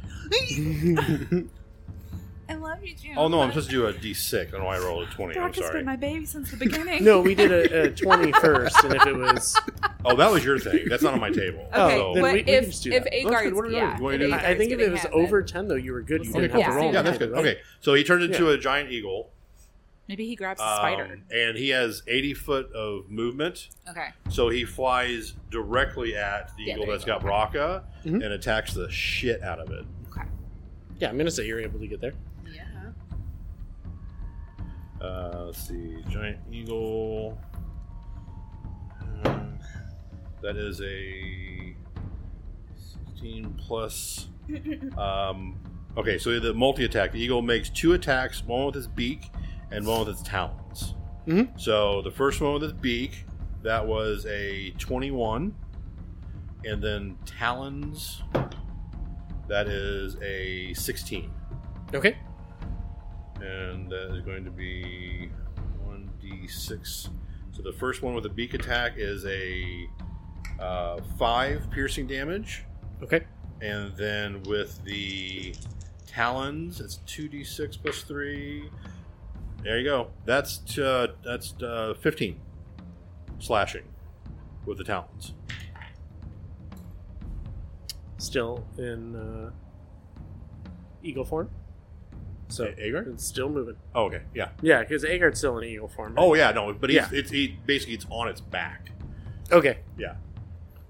Speaker 4: I love you, June.
Speaker 3: Oh no, I'm supposed to do a D6. I don't know why I rolled a twenty. I'm
Speaker 4: Braca's
Speaker 3: sorry.
Speaker 4: been my baby since the beginning.
Speaker 1: No, we did a, a twenty first, and if it was,
Speaker 3: Oh, that was your thing. That's not on my table.
Speaker 4: Okay,
Speaker 1: Oh,
Speaker 3: So-
Speaker 1: then
Speaker 4: what
Speaker 1: we- we can
Speaker 4: if
Speaker 1: just do
Speaker 4: if
Speaker 1: that.
Speaker 4: Agar's
Speaker 1: That's good. What are we
Speaker 4: yeah,
Speaker 3: doing?
Speaker 4: if
Speaker 3: Do you
Speaker 1: I
Speaker 4: Agar's
Speaker 1: think if
Speaker 4: getting
Speaker 1: it was
Speaker 4: had, then
Speaker 1: over ten though, you were good. You
Speaker 3: Okay,
Speaker 1: didn't
Speaker 3: cool.
Speaker 1: have to roll.
Speaker 3: Yeah, that's good. Okay, so he turns into a giant eagle,
Speaker 4: Maybe he grabs
Speaker 3: um,
Speaker 4: a spider.
Speaker 3: and he has 80 foot of movement.
Speaker 4: Okay.
Speaker 3: So he flies directly at the
Speaker 4: Yeah,
Speaker 3: eagle
Speaker 4: there
Speaker 3: that's
Speaker 4: you go.
Speaker 3: got Braca
Speaker 1: Mhm.
Speaker 3: and attacks the shit out of it.
Speaker 1: Yeah, I'm gonna say you're able to get there.
Speaker 5: Yeah.
Speaker 3: Uh, let's see, giant eagle. Um, That is a 16 plus. Um, okay, so the multi attack. The eagle makes two attacks one with its beak and one with its talons.
Speaker 1: Mhm.
Speaker 3: So the first one with its beak, that was a 21. And then talons, that is a 16.
Speaker 1: Okay.
Speaker 3: And that is going to be 1d6. So the first one with the beak attack is a uh, 5 piercing damage.
Speaker 1: Okay.
Speaker 3: And then with the talons, it's 2d6 plus 3. There you go. That's t- uh, that's uh, 15 slashing with the talons.
Speaker 1: Still in uh, eagle form. So
Speaker 3: A- Agar?
Speaker 1: it's still moving.
Speaker 3: Oh, okay. Yeah.
Speaker 1: Yeah, because Agard's still in eagle form.
Speaker 3: Oh, yeah. No, but he's, it's he, basically it's on its back.
Speaker 1: yeah.
Speaker 2: Oh,
Speaker 1: Okay.
Speaker 3: Yeah.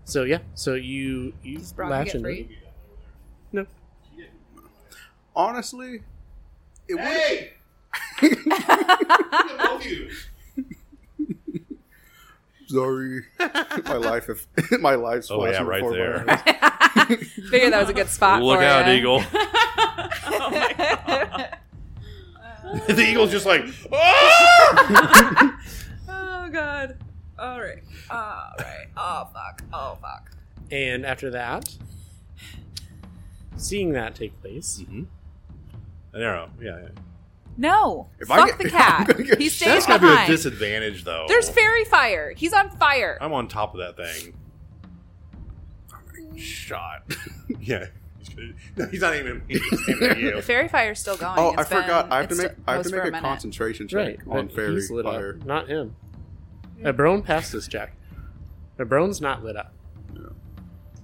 Speaker 1: So yeah, so you you
Speaker 4: Does Brock
Speaker 1: latch
Speaker 4: get
Speaker 1: in.
Speaker 4: free?
Speaker 1: No.
Speaker 2: Honestly, it
Speaker 4: Eh.
Speaker 2: would. Sorry, my life. If my life's
Speaker 3: Oh, yeah,
Speaker 2: flashing
Speaker 3: right
Speaker 2: before my
Speaker 3: there.
Speaker 2: eyes.
Speaker 4: Figure that was a good spot.
Speaker 3: Look
Speaker 4: for
Speaker 3: out,
Speaker 4: ya.
Speaker 3: Eagle.
Speaker 5: Oh my god.
Speaker 3: the eagle's just like, "Ah!"
Speaker 4: oh god. All right. All right. Oh fuck. Oh fuck.
Speaker 1: And after that, seeing that take place,
Speaker 3: Mm-hmm. an arrow. Yeah, yeah.
Speaker 4: No.
Speaker 2: If I get-
Speaker 4: fuck the
Speaker 2: I'm
Speaker 4: cat.
Speaker 2: gonna get
Speaker 4: Ah, He
Speaker 2: shot.
Speaker 4: stays
Speaker 3: That's got to be a
Speaker 4: behind.
Speaker 3: disadvantage, though.
Speaker 4: There's fairy fire. He's on fire.
Speaker 3: I'm on top of that thing. Shot. yeah. He's gonna- no, He's not even. He's aiming at
Speaker 4: The
Speaker 3: you.
Speaker 4: fairy fire's still going.
Speaker 2: Oh, I
Speaker 4: It's been-
Speaker 2: forgot. I have to
Speaker 4: it's
Speaker 2: make. I have
Speaker 4: close
Speaker 2: to
Speaker 4: for
Speaker 2: make a,
Speaker 4: minute.
Speaker 2: concentration
Speaker 1: right?
Speaker 2: check on
Speaker 1: but
Speaker 2: fairy
Speaker 1: he's lit
Speaker 2: fire.
Speaker 1: up, not him. Abrone passed this check. Abrone's not lit up.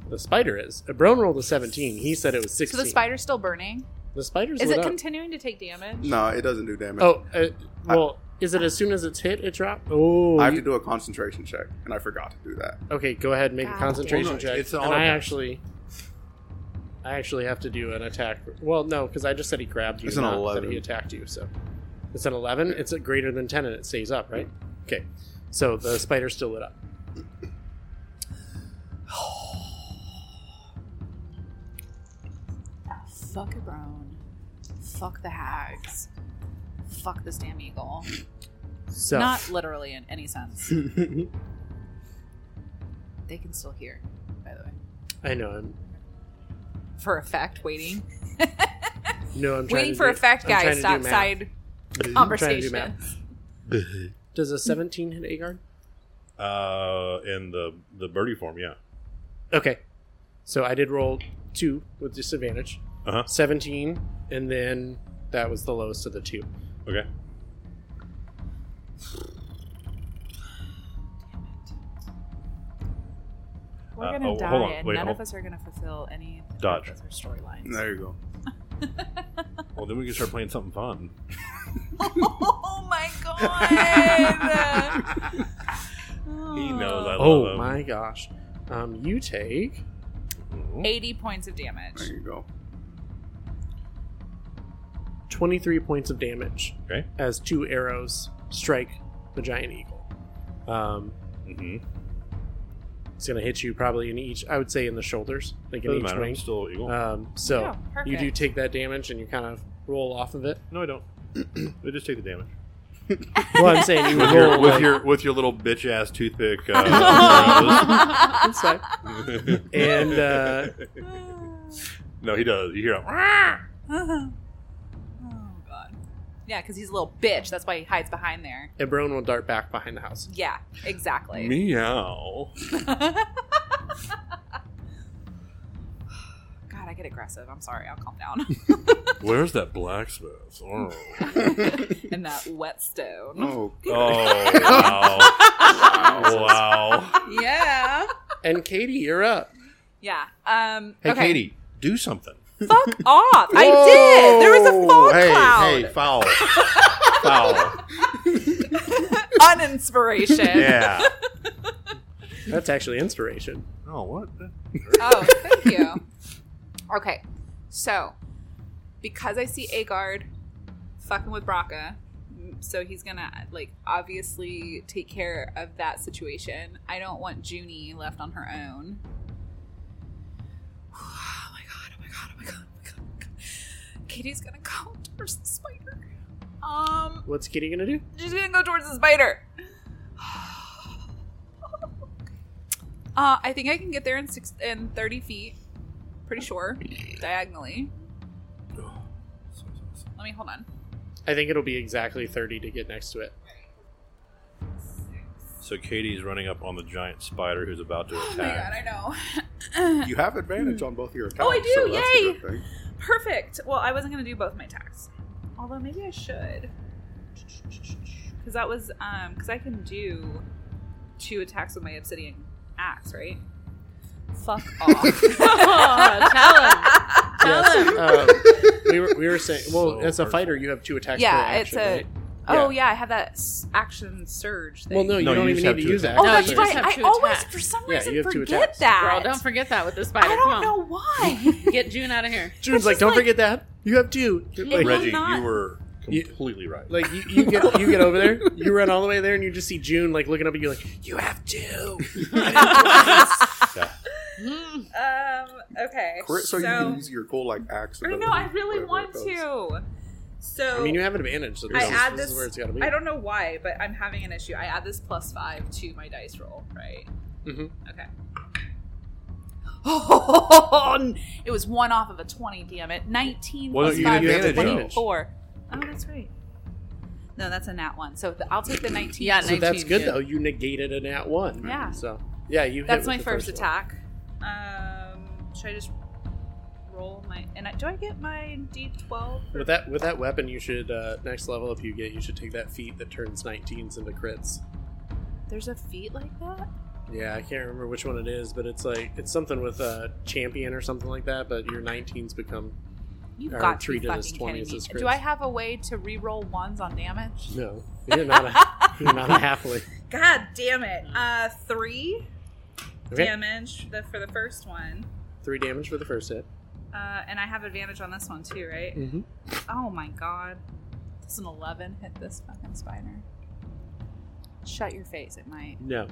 Speaker 1: The spider is. Abrone rolled a 17. He said it was 16.
Speaker 4: So the spider's still burning.
Speaker 1: The spider's
Speaker 4: Is
Speaker 1: lit
Speaker 4: it
Speaker 1: up.
Speaker 4: continuing to take damage?
Speaker 2: No, it doesn't do damage.
Speaker 1: Oh, uh, well, is it as soon as it's hit, it drops? Oh,
Speaker 2: I have
Speaker 1: you-
Speaker 2: to do a concentration check, and I forgot to do that.
Speaker 1: okay. Go ahead, make a
Speaker 4: God.
Speaker 1: concentration
Speaker 3: Hold on,
Speaker 1: check.
Speaker 3: it's an
Speaker 1: and I
Speaker 3: automatic.
Speaker 1: actually, I actually have to do an attack. Well, no, because I just said he grabbed you.
Speaker 2: It's an
Speaker 1: not that
Speaker 2: 11.
Speaker 1: he attacked you, so it's an eleven. It's a greater than ten, and it stays up, right? Okay, so the spider's still lit up.
Speaker 4: Fuck a brown. Fuck the hags. Fuck this damn eagle.
Speaker 1: So
Speaker 4: Not literally in any sense. they can still hear, by the way.
Speaker 1: I know I'm
Speaker 4: For effect, waiting.
Speaker 1: no, I'm trying
Speaker 4: waiting
Speaker 1: to
Speaker 4: for
Speaker 1: do-
Speaker 4: effect,
Speaker 1: I'm trying
Speaker 4: guys.
Speaker 1: to
Speaker 4: Stop
Speaker 1: do math.
Speaker 4: side
Speaker 1: I'm trying to do math.
Speaker 4: conversations.
Speaker 1: Does a seventeen hit Agard?
Speaker 3: Uh, and the the birdie form, yeah.
Speaker 1: Okay. So I did roll two with disadvantage.
Speaker 3: Uh-huh.
Speaker 1: 17, and then that was the lowest of the two.
Speaker 3: Okay.
Speaker 4: We're
Speaker 3: Uh,
Speaker 4: gonna
Speaker 3: oh, hold
Speaker 4: die,
Speaker 3: on,
Speaker 4: and
Speaker 3: wait,
Speaker 4: none
Speaker 3: hold-
Speaker 4: of us are gonna fulfill any of the
Speaker 3: Dodge.
Speaker 4: purpose or storylines.
Speaker 2: There you go.
Speaker 3: Well, then we can start playing something fun.
Speaker 4: oh my god!
Speaker 3: He knows I love
Speaker 1: Oh
Speaker 3: him.
Speaker 1: my gosh. Um, you take.
Speaker 3: Mm-hmm.
Speaker 4: Eighty points of damage.
Speaker 2: There you go.
Speaker 1: 23 points of damage
Speaker 3: Okay.
Speaker 1: as two arrows strike the giant eagle. Um,
Speaker 3: Mm-hmm.
Speaker 1: it's going to hit you probably in each, I would say in the shoulders, like in
Speaker 3: Doesn't
Speaker 1: each
Speaker 3: matter. I'm
Speaker 1: wing.
Speaker 3: still eagle.
Speaker 1: Um, so
Speaker 4: Yeah,
Speaker 1: you do
Speaker 4: perfect.
Speaker 1: take that damage and you kind of roll off of it.
Speaker 3: no, I don't. they just take the damage
Speaker 1: Well, I'm saying you
Speaker 3: with
Speaker 1: would
Speaker 3: your
Speaker 1: roll
Speaker 3: with
Speaker 1: like-
Speaker 3: your with your little bitch ass toothpick. Uh,
Speaker 1: That's fine. And, uh,
Speaker 3: no, he does. You hear him. "Rah!"
Speaker 4: oh god. Yeah, because he's a little bitch. That's why he hides behind there.
Speaker 1: And Brone will dart back behind the house.
Speaker 4: Yeah, exactly.
Speaker 3: meow.
Speaker 4: god, I get aggressive. I'm sorry. I'll calm down.
Speaker 3: Where's that blacksmith? Oh,
Speaker 4: and that whetstone.
Speaker 2: Oh,
Speaker 3: oh wow, wow.
Speaker 5: Yeah.
Speaker 1: And Katie, you're up.
Speaker 4: Yeah. Um.
Speaker 3: Hey,
Speaker 4: okay.
Speaker 3: Katie, do something.
Speaker 4: Fuck off! I did. There was a fog
Speaker 3: hey,
Speaker 4: cloud.
Speaker 3: Hey, foul. foul.
Speaker 4: Uninspiration.
Speaker 3: Yeah.
Speaker 1: That's actually inspiration.
Speaker 3: Oh, what? the-
Speaker 4: Oh, thank you. Okay, so because I see Agard fucking with Braca, so he's gonna like obviously take care of that situation. I don't want Junie left on her own. Oh my god! Oh my god! Oh my god! Oh my god! Oh my god. Katie's gonna go towards the spider. Um,
Speaker 1: What's Katie gonna do?
Speaker 4: She's gonna go towards the spider. Uh, I think I can get there in six in thirty feet. Pretty sure, diagonally. Let me hold on.
Speaker 1: I think it'll be exactly 30 to get next to it.
Speaker 3: So Katie's running up on the giant spider who's about to
Speaker 4: Oh my god,
Speaker 3: attack.
Speaker 4: I know.
Speaker 2: You have advantage on both of your attacks.
Speaker 4: Oh, I do,
Speaker 2: So that's a
Speaker 4: yay!
Speaker 2: good thing.
Speaker 4: Perfect. Well, I wasn't gonna do both my attacks, although maybe I should, because that was um, because I can do two attacks with my obsidian axe, right? Fuck off.
Speaker 5: Tell
Speaker 1: Yes. um, we, were, we were saying, well,
Speaker 3: So
Speaker 1: as a
Speaker 3: hurtful.
Speaker 1: fighter, you have two attacks
Speaker 4: Yeah,
Speaker 1: per action.
Speaker 4: it's a-
Speaker 1: right?
Speaker 4: Oh yeah, I have that s- action surge thing.
Speaker 1: Well, no, you
Speaker 3: No,
Speaker 1: don't
Speaker 3: you
Speaker 1: even
Speaker 3: just
Speaker 1: need
Speaker 3: have
Speaker 1: to
Speaker 3: two
Speaker 1: use
Speaker 3: attacks.
Speaker 1: action.
Speaker 4: Oh,
Speaker 5: No,
Speaker 4: that's
Speaker 5: you just
Speaker 4: right.
Speaker 5: have
Speaker 4: I
Speaker 5: two
Speaker 4: always,
Speaker 5: attacks.
Speaker 4: for some
Speaker 1: Yeah,
Speaker 4: reason,
Speaker 1: you have two
Speaker 4: forget
Speaker 1: attacks.
Speaker 4: that.
Speaker 5: Girl, don't forget that with the spider.
Speaker 4: I don't
Speaker 5: Come on.
Speaker 4: know why.
Speaker 5: Get June out of here.
Speaker 1: June's like,
Speaker 4: just
Speaker 1: don't
Speaker 4: like-
Speaker 1: forget that. You have two.
Speaker 4: I
Speaker 1: Like,
Speaker 4: will
Speaker 3: Reggie,
Speaker 4: not-
Speaker 3: you were
Speaker 1: You-
Speaker 3: completely right.
Speaker 1: like you, you get you get over there, you run all the way there, and you just see June like looking up at you like, you have two.
Speaker 3: Yeah.
Speaker 4: um. Okay.
Speaker 2: Crit, so, you can use your cool like axe.
Speaker 4: I don't
Speaker 2: ability,
Speaker 4: know. I really
Speaker 2: whatever it does.
Speaker 4: want to. So
Speaker 1: I mean, you have an advantage. So this,
Speaker 4: I
Speaker 1: is,
Speaker 4: add
Speaker 1: this is
Speaker 4: this-
Speaker 1: where it's gotta be.
Speaker 4: I don't know why, but I'm having an issue. I add this plus five to my dice roll, right?
Speaker 1: Mhm.
Speaker 4: Okay. Oh, it was one off of a twenty. Damn it! Nineteen
Speaker 3: Well,
Speaker 4: plus
Speaker 3: you
Speaker 4: five
Speaker 3: have
Speaker 4: is
Speaker 3: advantage, though.
Speaker 4: twenty-four. Oh, that's right. No, that's a nat one. So th- I'll take the nineteen.
Speaker 5: Yeah,
Speaker 1: So that's
Speaker 5: 19,
Speaker 1: good
Speaker 5: yeah.
Speaker 1: though. You negated a nat one.
Speaker 4: Yeah.
Speaker 1: So yeah, you. hit
Speaker 4: That's
Speaker 1: with
Speaker 4: my
Speaker 1: the
Speaker 4: first,
Speaker 1: one.
Speaker 4: attack. Um, should I just roll my and I, do I get my d12?
Speaker 1: With that with that weapon, you should uh, next level if you get, you should take that feat that turns 19s into crits.
Speaker 4: There's a feat like that.
Speaker 1: Yeah, I can't remember which one it is, but it's like it's something with uh, champion or something like that. But your 19s become
Speaker 4: You've
Speaker 1: Or
Speaker 4: got to be
Speaker 1: treated as
Speaker 4: fucking
Speaker 1: 20s
Speaker 4: kidding me.
Speaker 1: as crits.
Speaker 4: Do I have a way to re-roll ones on damage?
Speaker 1: no. You're not a you're not a halfling.
Speaker 4: God damn it! Uh, three
Speaker 1: Okay,
Speaker 4: damage the, for the first one,
Speaker 1: three damage for the first hit.
Speaker 4: uh, and I have advantage on this one too, right?
Speaker 1: Mm-hmm.
Speaker 4: Oh my god! Does an eleven hit this fucking spider? Shut your face! It might.
Speaker 1: No,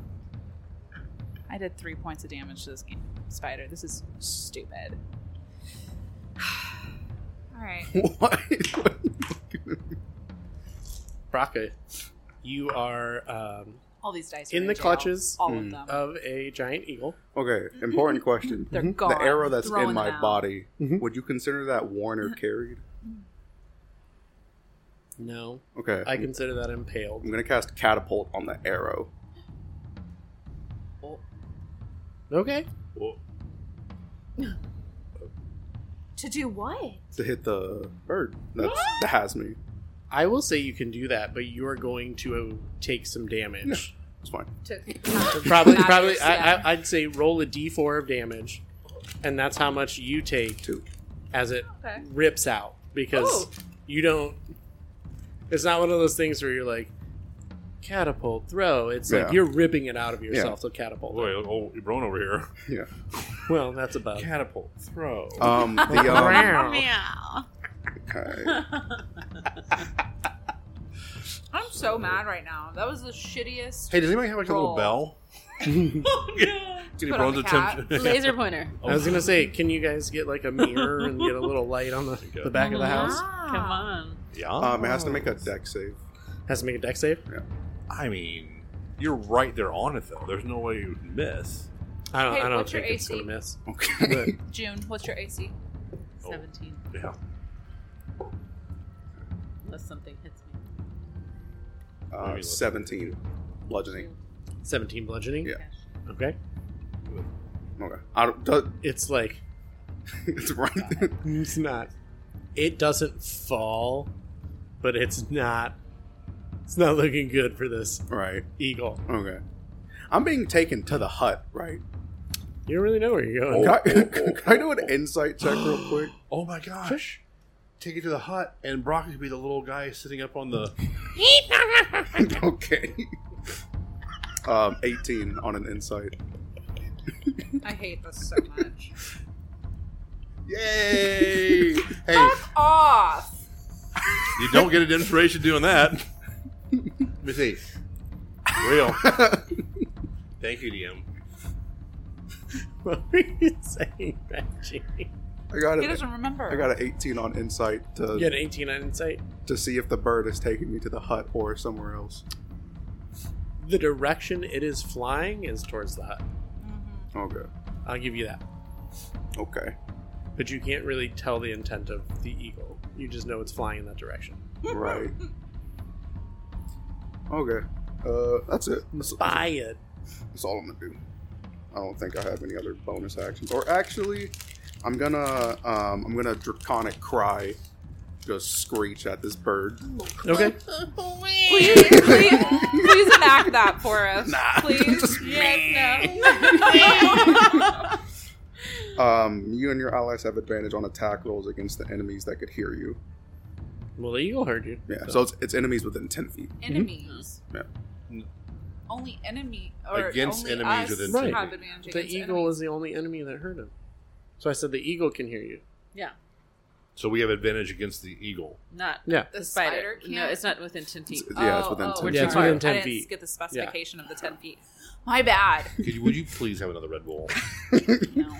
Speaker 4: I did three points of damage to this game. spider. This is stupid. All right.
Speaker 2: What?
Speaker 1: Braca, you are um,
Speaker 4: All these dice. Are
Speaker 1: in the
Speaker 4: jail.
Speaker 1: clutches Hmm. Uh,
Speaker 4: All
Speaker 2: Mm.
Speaker 4: of them.
Speaker 1: of a giant eagle.
Speaker 2: okay, important question.
Speaker 4: They're
Speaker 1: Mhm.
Speaker 4: gone.
Speaker 2: The arrow that's
Speaker 4: Throwing
Speaker 2: in
Speaker 4: them
Speaker 2: my
Speaker 4: out.
Speaker 2: body,
Speaker 1: Mhm.
Speaker 2: would you consider that worn or carried?
Speaker 1: No,
Speaker 2: Okay.
Speaker 1: I consider that impaled.
Speaker 2: I'm gonna cast catapult on the arrow.
Speaker 1: Okay.
Speaker 3: Well,
Speaker 4: To do what?
Speaker 2: to hit the bird that's, that has me.
Speaker 1: I will say you can do that, but you are going to take some damage.
Speaker 2: It's fine.
Speaker 4: To
Speaker 1: Probably,
Speaker 4: Matters,
Speaker 1: probably. I,
Speaker 4: yeah.
Speaker 1: I, I'd say roll a d4 of damage, and that's how much you take
Speaker 2: Two.
Speaker 1: as it
Speaker 4: Okay.
Speaker 1: rips out because
Speaker 4: Oh.
Speaker 1: you don't. It's not one of those things where you're like catapult throw. It's
Speaker 2: Yeah.
Speaker 1: like you're ripping it out of yourself to
Speaker 3: oh,
Speaker 1: catapult.
Speaker 3: boy, look, oh, Ebron over here.
Speaker 2: Yeah.
Speaker 1: Well, that's about.
Speaker 3: Catapult throw.
Speaker 2: Um, the um,
Speaker 1: Wow.
Speaker 5: Meow.
Speaker 2: okay.
Speaker 4: I'm so mad right now. That was the shittiest.
Speaker 3: hey, does anybody have like a little
Speaker 4: Roll.
Speaker 3: bell?
Speaker 5: Oh,
Speaker 4: Put on the cat.
Speaker 5: Laser pointer.
Speaker 3: Oh,
Speaker 1: I was gonna say, can you guys get like a mirror and get a little light on the,
Speaker 3: you.
Speaker 1: the back of the house?
Speaker 4: Ah.
Speaker 5: Come on.
Speaker 3: Yeah.
Speaker 2: um, it has to make a deck save.
Speaker 1: Has to make a deck save.
Speaker 3: I mean, you're right there on it though. There's no way you would miss.
Speaker 1: I don't.
Speaker 4: Hey,
Speaker 1: I don't
Speaker 4: what's your
Speaker 1: think it's
Speaker 4: AC?
Speaker 1: gonna miss.
Speaker 2: Okay.
Speaker 4: June, what's your AC? Oh.
Speaker 5: 17.
Speaker 3: Yeah.
Speaker 5: Unless something hits me.
Speaker 2: Uh, Seventeen, bludgeoning.
Speaker 1: Seventeen bludgeoning.
Speaker 2: Yeah.
Speaker 1: Okay.
Speaker 2: Okay. I don't, do-
Speaker 1: It's like
Speaker 2: it's right.
Speaker 1: it's not. It doesn't fall, but it's not. It's not looking good for this
Speaker 2: right.
Speaker 1: eagle.
Speaker 2: Okay. I'm being taken to the hut. Right.
Speaker 1: You don't really know where you're going.
Speaker 2: Can I, can I do an insight check real quick?
Speaker 3: Oh my gosh. Take it to the hut, and Brock could be the little guy sitting up on the.
Speaker 2: okay. Um, eighteen on an insight.
Speaker 4: I hate this so much.
Speaker 3: Yay! hey,
Speaker 4: Fuck off!
Speaker 3: you don't get an inspiration doing that. Let me see. Real. Thank you, DM.
Speaker 1: What were you saying, Reggie?
Speaker 2: I got
Speaker 4: He
Speaker 2: it.
Speaker 4: doesn't remember.
Speaker 2: I got an 18 on insight to
Speaker 1: You had an 18 on insight.
Speaker 2: to see if the bird is taking me to the hut or somewhere else.
Speaker 1: The direction it is flying is towards the hut.
Speaker 2: Okay.
Speaker 1: I'll give you that.
Speaker 2: Okay.
Speaker 1: But you can't really tell the intent of the eagle. You just know it's flying in that direction.
Speaker 2: Right. Okay. Uh, that's it. That's,
Speaker 1: Buy it.
Speaker 2: that's all I'm gonna do. I don't think I have any other bonus actions. Or actually, I'm gonna um, I'm gonna draconic cry, just screech at this bird.
Speaker 1: Okay.
Speaker 4: Please, please, please enact that for us.
Speaker 2: Nah.
Speaker 4: Please.
Speaker 2: Just
Speaker 4: yes,
Speaker 2: Um, you and your allies have advantage on attack rolls against the enemies that could hear you.
Speaker 1: Well, the eagle heard you.
Speaker 2: Yeah. So it's, it's enemies within ten feet.
Speaker 1: Mm-hmm.
Speaker 4: no. Enemies.
Speaker 2: Yeah.
Speaker 4: Only enemy. Or
Speaker 3: Against
Speaker 4: only
Speaker 3: enemies
Speaker 4: us
Speaker 3: within
Speaker 1: ten
Speaker 4: have
Speaker 3: feet.
Speaker 4: advantage
Speaker 1: the
Speaker 4: against
Speaker 1: eagle
Speaker 4: enemies.
Speaker 1: is the only enemy that heard him. So I said the eagle can hear you.
Speaker 5: Yeah.
Speaker 3: So we have advantage against the eagle.
Speaker 5: Not
Speaker 1: Yeah.
Speaker 4: The
Speaker 5: the spider.
Speaker 4: spider
Speaker 5: No,
Speaker 4: can't?
Speaker 5: it's not within 10 feet.
Speaker 2: It's- yeah, it's
Speaker 4: Oh,
Speaker 2: within
Speaker 4: oh,
Speaker 2: 10
Speaker 4: we're
Speaker 2: feet.
Speaker 1: Yeah, it's
Speaker 4: too far.
Speaker 1: within 10
Speaker 4: I didn't
Speaker 1: feet.
Speaker 4: get the specification of the 10 feet. My bad.
Speaker 3: Could you, would you please have another Red Bull?
Speaker 4: No.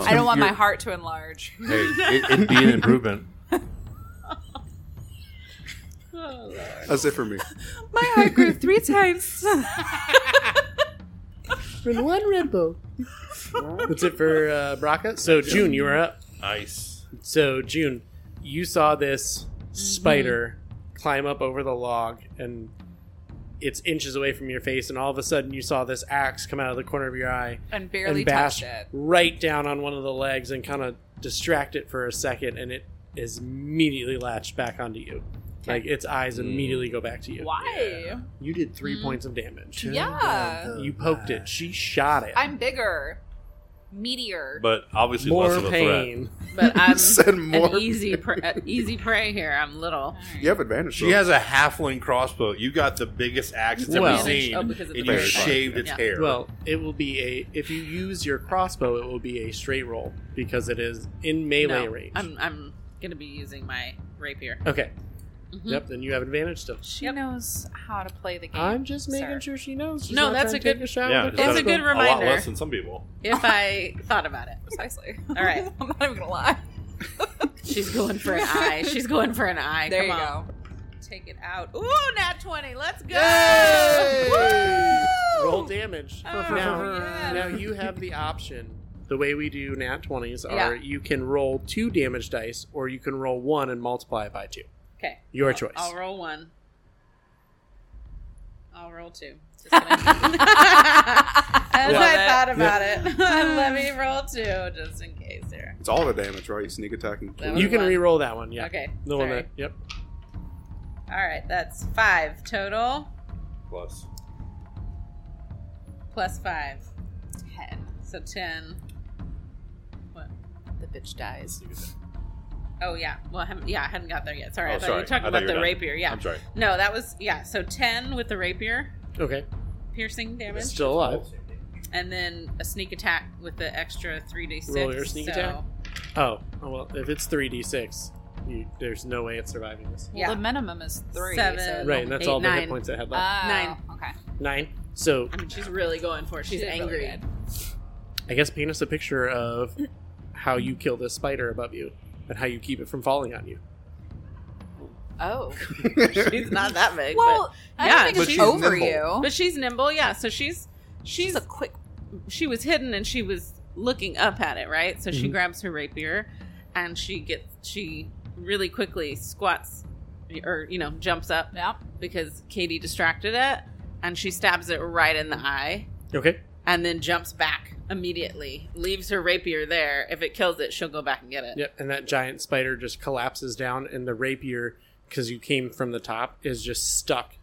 Speaker 4: I don't want my heart to enlarge.
Speaker 3: Hey, it, it'd be an improvement.
Speaker 5: Oh.
Speaker 2: That's it for me.
Speaker 4: My heart grew three times.
Speaker 1: And one Red Bull. That's it for uh, Braca. So June, you were up.
Speaker 3: Nice.
Speaker 1: So June, you saw this spider climb up over the log, and it's inches away from your face. And all of a sudden, you saw this axe come out of the corner of your eye
Speaker 4: and barely
Speaker 1: and bash
Speaker 4: touched it.
Speaker 1: right down on one of the legs and kind of distract it for a second, and it is immediately latched back onto you. Like its eyes immediately go back to you.
Speaker 4: Why?
Speaker 1: You did three points of damage.
Speaker 4: Yeah.
Speaker 1: You poked it. She shot it.
Speaker 4: I'm bigger. Meteor.
Speaker 3: But obviously less
Speaker 1: More
Speaker 3: of a threat.
Speaker 1: pain.
Speaker 5: But I'm
Speaker 2: Said more.
Speaker 5: an easy, pre- an easy prey here. I'm little.
Speaker 2: You have advantage.
Speaker 3: She
Speaker 2: though.
Speaker 3: has a halfling crossbow. You got the biggest axe that's
Speaker 1: Well-
Speaker 3: ever seen,
Speaker 5: Oh,
Speaker 3: and
Speaker 5: because of the
Speaker 3: you
Speaker 5: very
Speaker 2: far.
Speaker 3: shaved its
Speaker 5: Yeah.
Speaker 3: hair.
Speaker 1: Well, it will be a if you use your crossbow, it will be a straight roll because it is in melee
Speaker 5: No,
Speaker 1: range.
Speaker 5: I'm, I'm going to be using my rapier.
Speaker 1: okay.
Speaker 5: Mhm.
Speaker 1: Yep. Then you have advantage still.
Speaker 4: she knows how to play the game.
Speaker 1: I'm just making
Speaker 4: sir.
Speaker 1: sure she knows. She's
Speaker 5: No,
Speaker 1: not
Speaker 5: that's
Speaker 1: trying
Speaker 5: a
Speaker 1: to take
Speaker 5: good-
Speaker 1: a shot
Speaker 3: yeah,
Speaker 1: with
Speaker 3: it's
Speaker 1: her
Speaker 5: That's a
Speaker 3: gotta
Speaker 1: crossbow.
Speaker 5: good
Speaker 3: be A lot
Speaker 5: reminder.
Speaker 3: less than some people.
Speaker 5: If I thought about it.
Speaker 4: Precisely.
Speaker 5: All right.
Speaker 4: I'm not even gonna lie.
Speaker 5: She's going for an eye. She's going for an eye.
Speaker 4: There
Speaker 5: Come
Speaker 4: you
Speaker 5: on.
Speaker 4: go.
Speaker 5: Take it out. Ooh, nat 20. Let's go.
Speaker 1: Roll damage.
Speaker 5: Oh,
Speaker 1: now,
Speaker 5: yeah.
Speaker 1: now you have the option. The way we do nat twenties
Speaker 4: Yeah.
Speaker 1: are you can roll two damage dice, or you can roll one and multiply it by two.
Speaker 5: Okay.
Speaker 1: Your
Speaker 5: I'll-
Speaker 1: choice.
Speaker 5: I'll roll one. I'll roll two. Just kidding. As
Speaker 4: Love
Speaker 5: I
Speaker 4: it.
Speaker 5: thought about it, let me roll two just in case here.
Speaker 2: It's all the damage, right? Sneak attack and
Speaker 5: That was
Speaker 1: You can
Speaker 5: one.
Speaker 1: re-roll that one. Yeah.
Speaker 5: Okay.
Speaker 1: The one
Speaker 5: sorry.
Speaker 1: that. Yep.
Speaker 5: All right, that's five total
Speaker 3: Plus.
Speaker 5: plus five,
Speaker 4: Ten.
Speaker 5: so ten. What?
Speaker 4: The bitch dies.
Speaker 5: Oh yeah. Well, I haven't, yeah, I hadn't got there yet. Sorry,
Speaker 3: Oh,
Speaker 5: I thought you
Speaker 3: sorry.
Speaker 5: were talking
Speaker 3: I thought
Speaker 5: about
Speaker 3: you were
Speaker 5: the
Speaker 3: done.
Speaker 5: rapier. Yeah.
Speaker 3: I'm sorry.
Speaker 5: No, that was yeah. So ten with the rapier,
Speaker 1: Okay.
Speaker 5: piercing damage,
Speaker 1: It's still alive.
Speaker 5: and then a sneak attack with the extra three d six.
Speaker 1: Roll your sneak attack? Oh, oh, well, if it's three d six, you there's no way it's surviving this.
Speaker 4: Well,
Speaker 5: Yeah.
Speaker 4: the minimum is three.
Speaker 5: Seven.
Speaker 4: So
Speaker 1: Right, and that's
Speaker 5: eight,
Speaker 1: all the
Speaker 5: nine. Uh,
Speaker 1: hit points I had
Speaker 4: Oh,
Speaker 1: left.
Speaker 5: Nine.
Speaker 4: Okay.
Speaker 1: Nine. So
Speaker 5: I mean, she's really going for it. She's,
Speaker 4: She's
Speaker 5: angry.
Speaker 4: really good.
Speaker 1: I guess paint us a picture of how you kill this spider above you and how you keep it from falling on you.
Speaker 4: Oh.
Speaker 5: she's not that big.
Speaker 4: Well, I
Speaker 5: yeah,
Speaker 4: don't think
Speaker 5: but
Speaker 4: it's
Speaker 5: she's
Speaker 4: over
Speaker 2: nimble.
Speaker 5: but,
Speaker 4: you.
Speaker 5: but she's nimble. Yeah, so she's
Speaker 4: Oh. She's
Speaker 5: she's
Speaker 4: a quick.
Speaker 5: she was hidden and she was looking up at it, right? So she
Speaker 1: Mhm.
Speaker 5: grabs her rapier and she gets she really quickly squats or you know jumps up
Speaker 4: Yeah.
Speaker 5: because Katie distracted it and she stabs it right in the eye
Speaker 1: Okay.
Speaker 5: and then jumps back immediately. Leaves her rapier there. If it kills it, she'll go back and get it.
Speaker 1: Yep. And that giant spider just collapses down, and the rapier, because you came from the top, is just stuck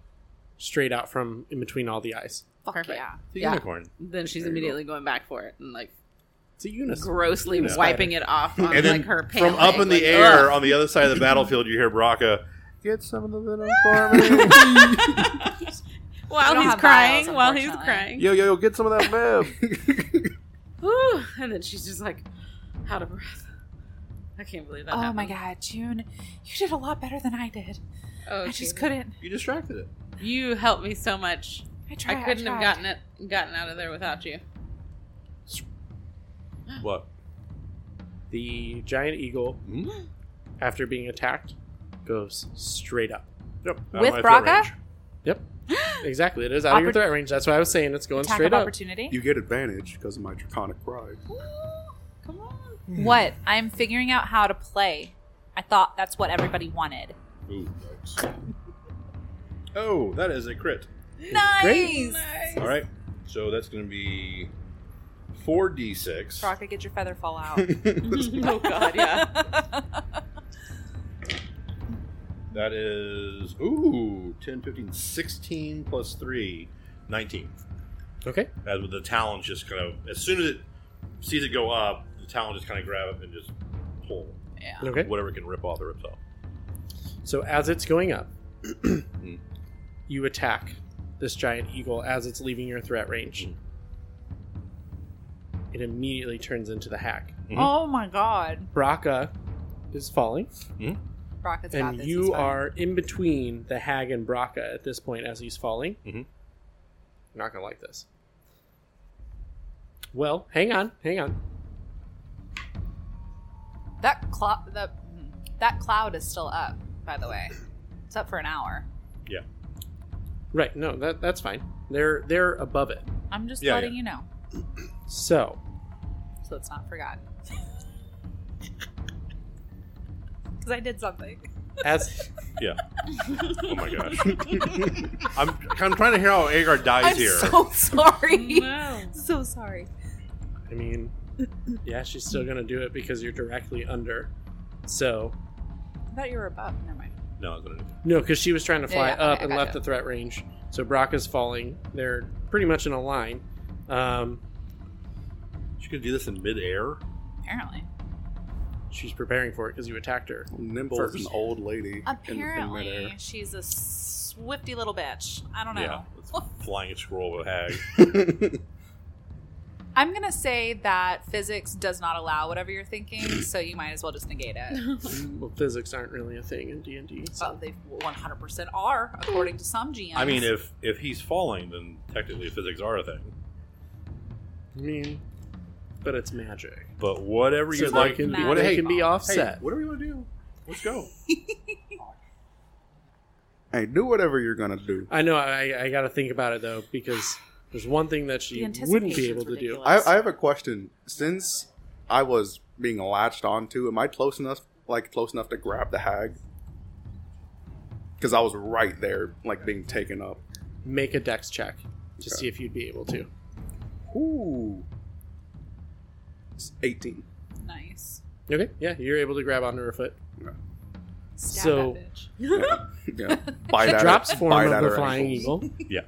Speaker 1: straight out from in between all the eyes.
Speaker 4: Fuck
Speaker 5: Perfect.
Speaker 4: yeah.
Speaker 3: The
Speaker 5: Yeah.
Speaker 3: unicorn.
Speaker 5: Then she's
Speaker 3: There you go.
Speaker 5: immediately going back for it and like
Speaker 1: It's a Eunice.
Speaker 5: grossly
Speaker 1: Yeah.
Speaker 5: wiping it off on
Speaker 3: And then
Speaker 5: like her pant
Speaker 3: From up
Speaker 5: leg,
Speaker 3: in the
Speaker 5: like,
Speaker 3: air
Speaker 5: ugh.
Speaker 3: on the other side of the battlefield, you hear Braca. Get some of the venom for me.
Speaker 4: I
Speaker 5: while
Speaker 4: don't
Speaker 5: he's
Speaker 4: have
Speaker 5: crying,
Speaker 4: vials,
Speaker 5: while he's
Speaker 4: unfortunately.
Speaker 5: crying.
Speaker 3: yo, yo, yo, get some of that venom.
Speaker 5: Whew. And then she's just like out of breath. I can't believe that.
Speaker 4: Oh
Speaker 5: happened.
Speaker 4: my god, June, you did a lot better than I did.
Speaker 5: Oh,
Speaker 4: I just
Speaker 5: Jesus.
Speaker 4: couldn't.
Speaker 3: you distracted it.
Speaker 5: You helped me so much.
Speaker 4: I
Speaker 5: I
Speaker 4: tried.
Speaker 5: couldn't have
Speaker 4: tried.
Speaker 5: gotten it gotten out of there without you.
Speaker 3: What?
Speaker 1: The giant eagle, after being attacked, goes straight up.
Speaker 3: Yep. out of
Speaker 4: With
Speaker 3: my threat
Speaker 4: Braca?
Speaker 3: range.
Speaker 1: Yep. exactly. It is out of your
Speaker 4: Oppor-
Speaker 1: threat range. That's why I was saying it's going
Speaker 4: Attack
Speaker 1: straight
Speaker 4: of
Speaker 1: up.
Speaker 4: opportunity.
Speaker 2: You get advantage because of my draconic pride.
Speaker 5: Come on.
Speaker 4: What? I'm figuring out how to play. I thought that's what everybody wanted.
Speaker 3: Ooh, yikes. Oh, that is a crit.
Speaker 4: Nice.
Speaker 1: Great.
Speaker 3: All right. So that's going to be 4d6.
Speaker 4: Rocket, get your feather fall out.
Speaker 5: oh god, yeah.
Speaker 3: That is, ooh, 10, 15, 16 plus 3, 19.
Speaker 1: Okay.
Speaker 3: As with the talon, just kind of, as soon as it sees it go up, the talon just kind of grab it and just pull.
Speaker 1: Okay.
Speaker 3: Whatever it can rip off, it rips off.
Speaker 1: So as it's going up, Mm-hmm. you attack this giant eagle as it's leaving your threat range. It immediately turns into the hack.
Speaker 3: Mhm.
Speaker 4: Oh my god.
Speaker 1: Braca is falling,
Speaker 4: Rocket's got
Speaker 1: and
Speaker 4: this. it's
Speaker 1: you
Speaker 4: fine.
Speaker 1: are in between the hag and Braca at this point as he's falling.
Speaker 3: Mhm.
Speaker 1: Mm-hmm. You're not gonna like this. Well, hang on, hang on.
Speaker 4: that cloud. The that cloud is still up. By the way, it's up for an hour.
Speaker 1: Right, no, that that's fine. They're they're above it.
Speaker 4: I'm just
Speaker 3: Yeah,
Speaker 4: letting
Speaker 3: yeah.
Speaker 4: you know,
Speaker 1: So
Speaker 4: so it's not forgotten. Because I did something.
Speaker 1: as
Speaker 3: Yeah. oh my gosh. I'm, I'm trying to hear how Agar dies
Speaker 4: I'm
Speaker 3: here.
Speaker 4: so sorry.
Speaker 5: No.
Speaker 4: so sorry.
Speaker 1: I mean, yeah, she's still gonna do it because you're directly under. So
Speaker 4: I thought you were above. Never mind.
Speaker 3: no, it's gonna-
Speaker 1: No, because she was trying to
Speaker 4: Yeah,
Speaker 1: fly
Speaker 4: yeah,
Speaker 1: up
Speaker 4: okay,
Speaker 1: and
Speaker 4: gotcha.
Speaker 1: left the threat range. So Brock is falling. They're pretty much in a line. Um,
Speaker 3: she could do this in midair.
Speaker 4: Apparently.
Speaker 1: she's preparing for it because you attacked her.
Speaker 2: Nimble is
Speaker 1: First.
Speaker 2: an old lady. In, in
Speaker 4: Apparently,
Speaker 2: midair.
Speaker 4: she's a swifty little bitch. I don't know.
Speaker 3: Yeah. It's flying a scroll of a hag.
Speaker 4: I'm gonna say that physics does not allow whatever you're thinking, so you might as well just negate it.
Speaker 1: well, physics aren't really a thing in D and D.
Speaker 4: Well, they 100% are, according to some GMs.
Speaker 3: I mean, if if he's falling, then technically physics are a thing.
Speaker 1: I mean, but it's magic.
Speaker 3: But whatever
Speaker 1: So
Speaker 3: you'd
Speaker 1: they
Speaker 3: like,
Speaker 1: can be,
Speaker 3: what,
Speaker 1: they
Speaker 3: hey,
Speaker 1: can be
Speaker 3: hey,
Speaker 1: offset.
Speaker 3: whatever you want to do, let's go.
Speaker 2: Hey, do whatever you're gonna do.
Speaker 1: I know. I, I got to think about it though because there's one thing that she
Speaker 4: The
Speaker 1: wouldn't be
Speaker 4: anticipation's
Speaker 1: able to do.
Speaker 4: ridiculous.
Speaker 2: I, I have a question. Since I was being latched onto, am I close enough? Like close enough to grab the hag? because I was right there, like being taken up.
Speaker 1: Make a dex check to
Speaker 2: Okay.
Speaker 1: see if you'd be able to.
Speaker 2: Ooh, It's eighteen.
Speaker 4: Nice.
Speaker 1: Okay, yeah, you're able to grab onto her foot.
Speaker 4: Stab
Speaker 1: So-
Speaker 4: that bitch.
Speaker 2: Yeah, yeah. Bite
Speaker 1: She
Speaker 2: at
Speaker 1: drops
Speaker 2: her-
Speaker 1: form
Speaker 2: bite
Speaker 1: of
Speaker 2: at
Speaker 1: the
Speaker 2: her
Speaker 1: flying
Speaker 2: ankles.
Speaker 1: eagle.
Speaker 3: Yeah.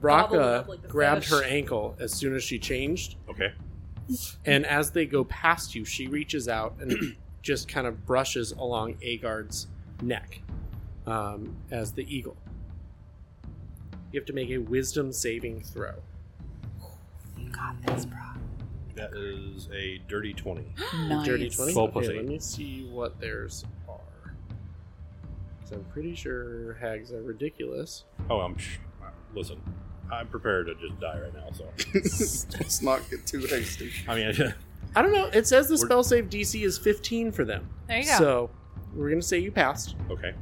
Speaker 5: Gobbled it
Speaker 1: Braca
Speaker 5: up like the
Speaker 1: grabbed
Speaker 5: fish.
Speaker 1: her ankle as soon as she changed,
Speaker 3: Okay.
Speaker 1: and as they go past you, she reaches out and just kind of brushes along Agard's neck um, as the eagle. You have to make a wisdom saving throw.
Speaker 3: That is a dirty 20.
Speaker 4: Nice.
Speaker 1: Dirty 20?
Speaker 3: Twelve plus
Speaker 1: Okay,
Speaker 3: eight.
Speaker 1: Let me see what theirs are. Because I'm pretty sure hags are ridiculous.
Speaker 3: Oh, I'm. Sh- listen, I'm prepared to just die right now, so.
Speaker 2: Let's not get too hasty.
Speaker 3: I mean,
Speaker 1: I don't know. It says the
Speaker 3: We're-
Speaker 1: spell save DC is 15 for them.
Speaker 4: There you go.
Speaker 1: So we're going to say you passed.
Speaker 3: okay.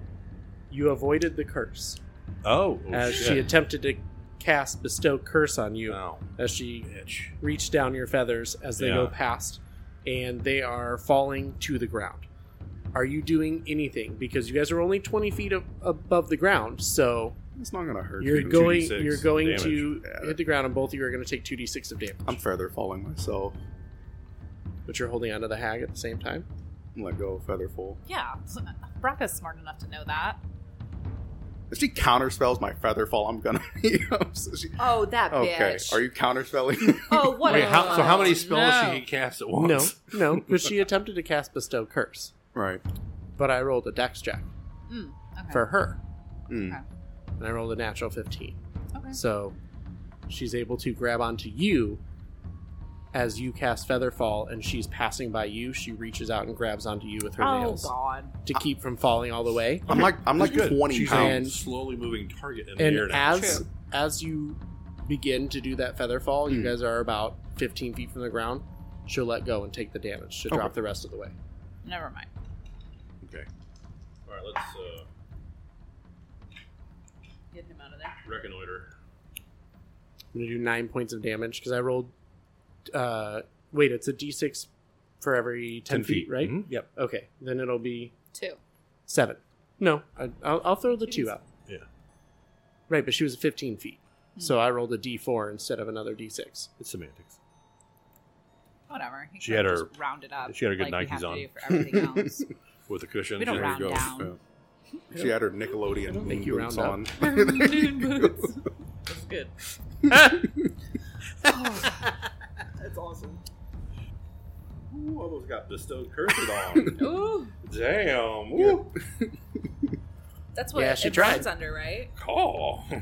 Speaker 1: You avoided the curse
Speaker 3: Oh, oh
Speaker 1: as she
Speaker 3: shit.
Speaker 1: attempted to cast bestow curse on you
Speaker 3: Oh,
Speaker 1: as she
Speaker 3: bitch.
Speaker 1: reach down your feathers as they go
Speaker 3: Yeah.
Speaker 1: past and they are falling to the ground. Are you doing anything? Because you guys are only 20 feet ab above the ground, so
Speaker 2: It's not gonna hurt.
Speaker 1: You're
Speaker 2: you.
Speaker 1: going.
Speaker 3: 2d6
Speaker 1: You're going to
Speaker 2: damage.
Speaker 1: hit the ground, and both of you are going to take two d six of damage.
Speaker 2: I'm feather falling myself.
Speaker 1: But you're holding onto the hag at the same time.
Speaker 2: Let go of feather fall.
Speaker 4: Yeah, Braca's smart enough to know that.
Speaker 2: If she counterspells my feather fall, I'm gonna. you know, so she-
Speaker 4: Oh, that
Speaker 2: okay,
Speaker 4: bitch.
Speaker 2: are you counterspelling?
Speaker 4: Oh, what?
Speaker 3: Wait,
Speaker 4: a-
Speaker 3: how, so how many spells
Speaker 5: no.
Speaker 3: she can cast at
Speaker 1: No,
Speaker 3: once?
Speaker 1: no, because she attempted to cast bestow curse,
Speaker 2: right.
Speaker 1: but I rolled a dex check
Speaker 4: Mm, okay.
Speaker 1: for her,
Speaker 2: Mm.
Speaker 1: and I rolled a natural fifteen.
Speaker 4: Okay.
Speaker 1: So she's able to grab onto you as you cast Featherfall, and she's passing by you. She reaches out and grabs onto you with her
Speaker 4: Oh
Speaker 1: nails
Speaker 4: God.
Speaker 1: to keep from falling all the way.
Speaker 2: I'm like I'm like
Speaker 3: She's good.
Speaker 2: 20
Speaker 3: She's
Speaker 2: pounds.
Speaker 3: a slowly moving target in the air
Speaker 1: and
Speaker 3: now.
Speaker 1: as as you begin to do that feather fall,
Speaker 3: Hmm.
Speaker 1: you
Speaker 2: Mm.
Speaker 1: guys are about 15 feet from the ground. She'll let go and take the damage to drop
Speaker 2: Okay.
Speaker 1: the rest of the way.
Speaker 4: Never mind.
Speaker 3: Okay. All right, let's uh,
Speaker 5: Getting him out of there.
Speaker 3: reconnoiter.
Speaker 1: I'm gonna do nine points of damage because I rolled. Uh, wait, it's a d6 for every 10,
Speaker 3: 10
Speaker 1: feet,
Speaker 3: feet,
Speaker 1: right?
Speaker 3: mhm.
Speaker 1: Yep. Okay, then it'll be
Speaker 4: Two.
Speaker 1: seven. No, I, I'll, I'll throw the two out.
Speaker 3: Yeah.
Speaker 1: Right, but she was 15 feet, so I rolled a d4 instead of another d6.
Speaker 3: It's semantics.
Speaker 4: Whatever. He
Speaker 3: She
Speaker 4: could've
Speaker 3: had
Speaker 4: just
Speaker 3: her-
Speaker 4: rounded up.
Speaker 3: she had her good
Speaker 4: like we
Speaker 3: Nikes
Speaker 4: have to
Speaker 3: on.
Speaker 4: do for everything else.
Speaker 3: With the cushions.
Speaker 4: We don't
Speaker 3: and-
Speaker 4: round
Speaker 2: go.
Speaker 4: down.
Speaker 2: Yeah. She had her
Speaker 1: I
Speaker 2: Nickelodeon
Speaker 1: don't think
Speaker 2: moon
Speaker 1: you
Speaker 2: boots on.
Speaker 1: round
Speaker 5: Moon boots. That's good.
Speaker 3: That's awesome. Ooh, almost got bestowed curses on.
Speaker 5: Ooh,
Speaker 3: Damn. Ooh.
Speaker 4: That's what
Speaker 1: Yeah, she
Speaker 4: it runs
Speaker 1: tried.
Speaker 4: under, right?
Speaker 3: Call.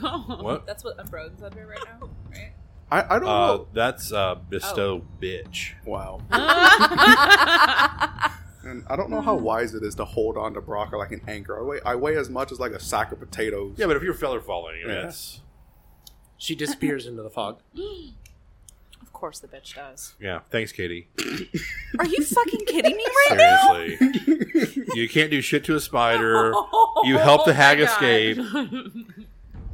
Speaker 3: What?
Speaker 4: That's what Umbrone's under right now, right?
Speaker 2: I, I don't
Speaker 3: Uh,
Speaker 2: know.
Speaker 3: that's uh, bestow bitch.
Speaker 2: Wow.
Speaker 5: I
Speaker 2: And I don't know how wise it is to hold on to Brock like an anchor. I weigh, I weigh as much as like a sack of potatoes.
Speaker 3: Yeah, but if you're feller following, I mean,
Speaker 2: Yeah.
Speaker 3: that's
Speaker 1: She disappears into the fog.
Speaker 4: Of course the bitch does.
Speaker 3: yeah. Thanks, Katie.
Speaker 4: Are you fucking kidding me right now?
Speaker 3: Seriously, you can't do shit to a spider. You help
Speaker 5: Oh
Speaker 3: the hag escape.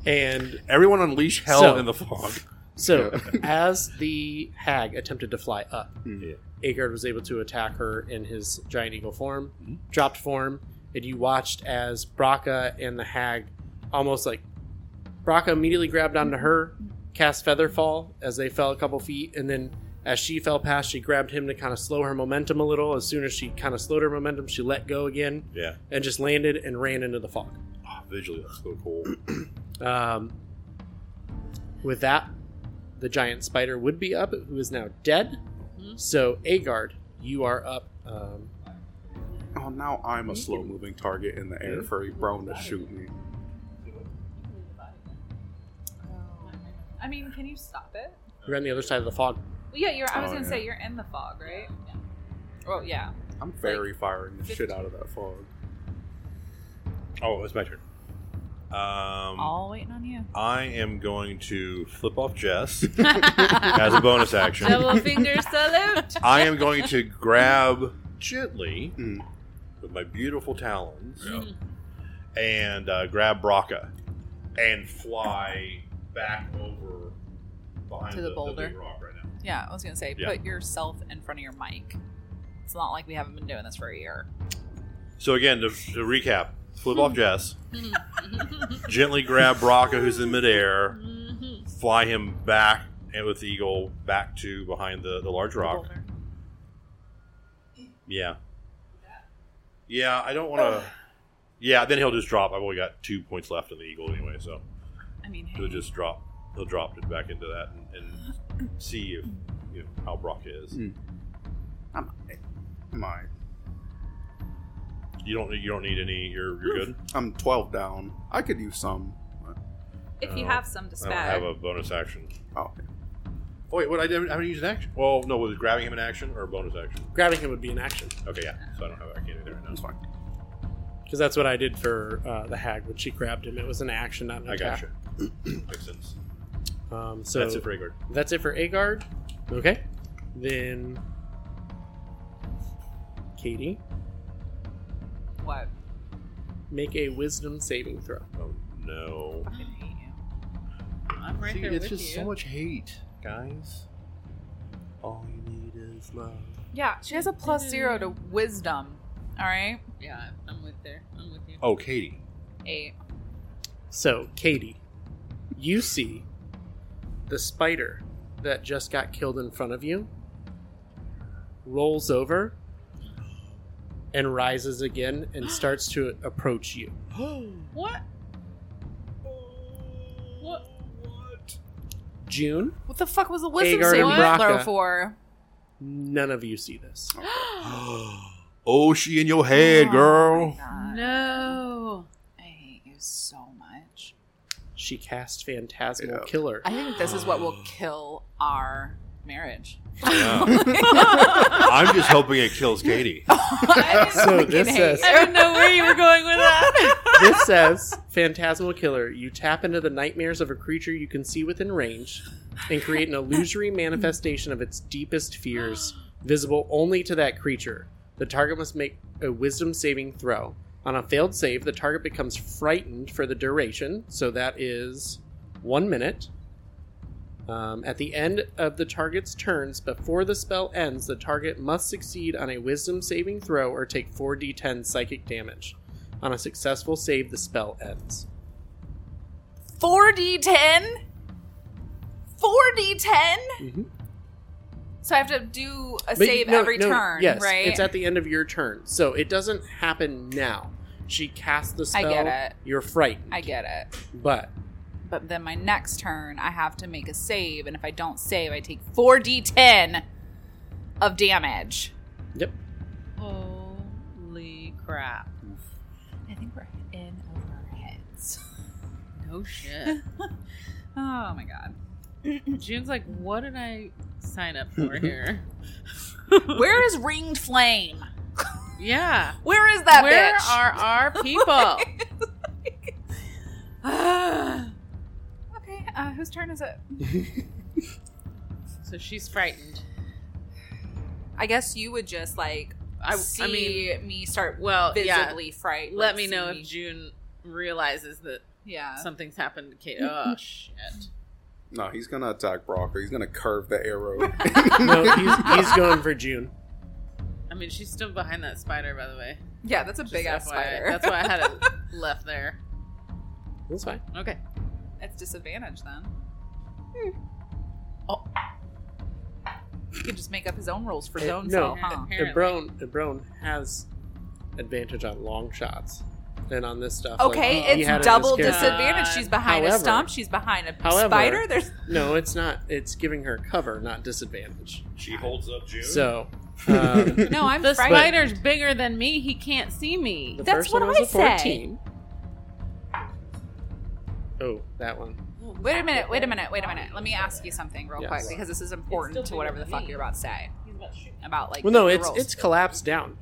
Speaker 1: And
Speaker 3: Everyone unleash hell
Speaker 1: So-
Speaker 3: in the fog.
Speaker 1: So, as the hag attempted to fly up,
Speaker 2: Hmm.
Speaker 3: Yeah.
Speaker 1: Agard was able to attack her in his giant eagle form, dropped form, and you watched as Braca and the hag almost like Braca immediately grabbed onto her, cast Featherfall as they fell a couple feet, and then as she fell past, she grabbed him to kind of slow her momentum a little. As soon as she kind of slowed her momentum, she let go again
Speaker 3: Yeah,
Speaker 1: and just landed and ran into the fog.
Speaker 3: Ah, visually that's so cool.
Speaker 1: Um, with that, the giant spider would be up, who is now dead. So, Agard, you are up. Um,
Speaker 2: Oh, now I'm a slow moving target in the air for a brown to shoot me.
Speaker 4: Oh. I mean, can you stop it?
Speaker 1: you're on the other side of the fog.
Speaker 4: Well, yeah, you're. I was
Speaker 2: Oh,
Speaker 4: gonna
Speaker 2: yeah.
Speaker 4: say you're in the fog, right? Yeah. Well, yeah.
Speaker 2: I'm fairy firing the shit out of that fog.
Speaker 3: Oh, it's my turn. Um,
Speaker 4: All waiting on you.
Speaker 3: I am going to flip off Jess as a bonus action.
Speaker 5: Double finger salute.
Speaker 3: I am going to grab gently
Speaker 2: Mm.
Speaker 3: with my beautiful talons and uh, grab Braca and fly back over behind
Speaker 5: To the
Speaker 3: big
Speaker 5: boulder.
Speaker 3: rock right now.
Speaker 4: Yeah, I was gonna say,
Speaker 3: Yeah.
Speaker 4: put yourself in front of your mic. It's not like we haven't been doing this for a year.
Speaker 3: So again, to, to recap, flip off Jess, gently grab Braca, who's in midair, fly him back and with the eagle back to behind the, the large rock. Yeah. Yeah, I don't want to. Yeah, then he'll just drop. I've only got two points left in the eagle anyway, so
Speaker 4: I mean,
Speaker 3: he'll
Speaker 4: hey,
Speaker 3: just drop. He'll drop it back into that and, and see if you know how Braca is.
Speaker 2: I'm, am I?
Speaker 3: You don't. You don't need any. You're you're good.
Speaker 2: I'm 12 down. I could use some.
Speaker 4: if you
Speaker 3: Oh,
Speaker 4: have some to
Speaker 3: I don't have
Speaker 4: spare,
Speaker 3: a bonus action.
Speaker 2: Oh, okay.
Speaker 3: Oh, wait, what? I didn't, I haven't used an action. Well, no, was it grabbing him an action or a bonus action?
Speaker 1: Grabbing him would be an action
Speaker 3: Okay, yeah. So I don't have. I can't do that right now.
Speaker 2: that's fine.
Speaker 1: because that's what I did for uh, the hag when she grabbed him. It was an action, not an
Speaker 3: I
Speaker 1: attack.
Speaker 3: gotcha. Makes sense.
Speaker 1: Um, so
Speaker 3: So that's it for Agard.
Speaker 1: That's it for Agard. Okay. Then Katie,
Speaker 4: what?
Speaker 1: make a wisdom saving throw.
Speaker 3: Oh no!
Speaker 4: Fucking hate you.
Speaker 5: I'm right there with you.
Speaker 3: much hate, guys. All you need is love.
Speaker 4: Yeah, she has a plus zero to wisdom. All right,
Speaker 5: yeah, I'm with there. I'm with you.
Speaker 3: Oh, Katie.
Speaker 4: eight.
Speaker 1: So, Katie, you see the spider that just got killed in front of you rolls over and rises again and starts to approach you.
Speaker 5: What? What?
Speaker 1: June,
Speaker 4: What the fuck was the wisdom
Speaker 1: Agard
Speaker 4: saving
Speaker 1: and
Speaker 4: throw
Speaker 1: Braca.
Speaker 4: for?
Speaker 1: none of you see this.
Speaker 3: oh, she in your head, girl.
Speaker 5: No.
Speaker 4: I hate you so much.
Speaker 1: She cast Phantasmal
Speaker 2: Yeah.
Speaker 1: Killer.
Speaker 4: I think this is what will kill our marriage.
Speaker 3: Yeah. I'm just hoping it kills Katie.
Speaker 4: I didn't
Speaker 1: So
Speaker 4: fucking
Speaker 1: this
Speaker 4: hate
Speaker 1: says-
Speaker 4: it.
Speaker 5: I didn't know where you were going with that.
Speaker 1: this says Phantasmal Killer, you tap into the nightmares of a creature you can see within range and create an illusory manifestation of its deepest fears, visible only to that creature. The target must make a wisdom saving throw. On a failed save, the target becomes frightened for the duration, so that is one minute. Um, at the end of the target's turns, before the spell ends, the target must succeed on a wisdom saving throw or take 4d10 psychic damage. On a successful save, the spell ends.
Speaker 4: 4d10? 4d10?
Speaker 1: Mhm.
Speaker 4: So I have to do a
Speaker 1: But
Speaker 4: save
Speaker 1: no,
Speaker 4: every
Speaker 1: no,
Speaker 4: turn,
Speaker 1: yes,
Speaker 4: right?
Speaker 1: It's at the end of your turn, so it doesn't happen now. She casts the
Speaker 4: I
Speaker 1: spell.
Speaker 4: get it.
Speaker 1: You're frightened,
Speaker 4: I get it.
Speaker 1: but
Speaker 4: But then my next turn, I have to make a save, and if I don't save, I take 4d10 of damage.
Speaker 1: yep.
Speaker 5: Holy crap.
Speaker 4: I think we're in over our heads.
Speaker 5: No shit.
Speaker 4: Oh my god.
Speaker 5: June's like, what did I sign up for here?
Speaker 4: Where is Ringed Flame?
Speaker 5: yeah.
Speaker 4: Where is that
Speaker 5: Where
Speaker 4: bitch?
Speaker 5: are our people?
Speaker 4: okay, uh, whose turn is it?
Speaker 5: so she's frightened.
Speaker 4: I guess you would just like
Speaker 5: I,
Speaker 4: see
Speaker 5: I mean,
Speaker 4: me start
Speaker 5: well, yeah.
Speaker 4: visibly frightened.
Speaker 5: Let
Speaker 4: like,
Speaker 5: me know
Speaker 4: see-
Speaker 5: if June realizes that
Speaker 4: yeah.
Speaker 5: something's happened to Kate. Oh shit.
Speaker 2: No, he's gonna attack Brock, or he's gonna curve the arrow.
Speaker 1: No, he's, he's going for June.
Speaker 5: I mean, she's still behind that spider, by the way.
Speaker 4: yeah, that's a
Speaker 5: Just
Speaker 4: big ass
Speaker 5: FYI.
Speaker 4: spider.
Speaker 5: That's why I had it left there.
Speaker 1: That's fine.
Speaker 5: Okay.
Speaker 4: it's disadvantage then. Hmm.
Speaker 5: Oh.
Speaker 4: He could just make up his own rules for
Speaker 1: Eh,
Speaker 4: zone
Speaker 1: no.
Speaker 4: no. huh?
Speaker 5: Apparently.
Speaker 1: Ibrone Ibrone has advantage on long shots and on this stuff. like,
Speaker 4: Okay,
Speaker 1: he had it as
Speaker 4: it's double
Speaker 1: character.
Speaker 5: disad-
Speaker 4: disadvantage. She's behind a
Speaker 1: However-
Speaker 4: stump. She's behind a
Speaker 1: However-
Speaker 4: spider. There's
Speaker 1: No, it's not. It's giving her cover, not disadvantage.
Speaker 3: She holds up June.
Speaker 1: So. Um,
Speaker 4: no. I'm
Speaker 5: the
Speaker 4: frightened.
Speaker 5: spider's bigger than me. He can't see me.
Speaker 1: The
Speaker 4: That's
Speaker 1: first
Speaker 4: what
Speaker 1: one was
Speaker 4: I
Speaker 1: a
Speaker 4: said.
Speaker 1: 14. Oh, that one.
Speaker 4: Wait a minute. Wait a minute. Wait a minute. Let me ask you something real
Speaker 1: Yes.
Speaker 4: quick because this is important to whatever the fuck you're about to say about like.
Speaker 1: Well, no,
Speaker 4: the
Speaker 1: it's
Speaker 4: rules.
Speaker 1: it's collapsed down.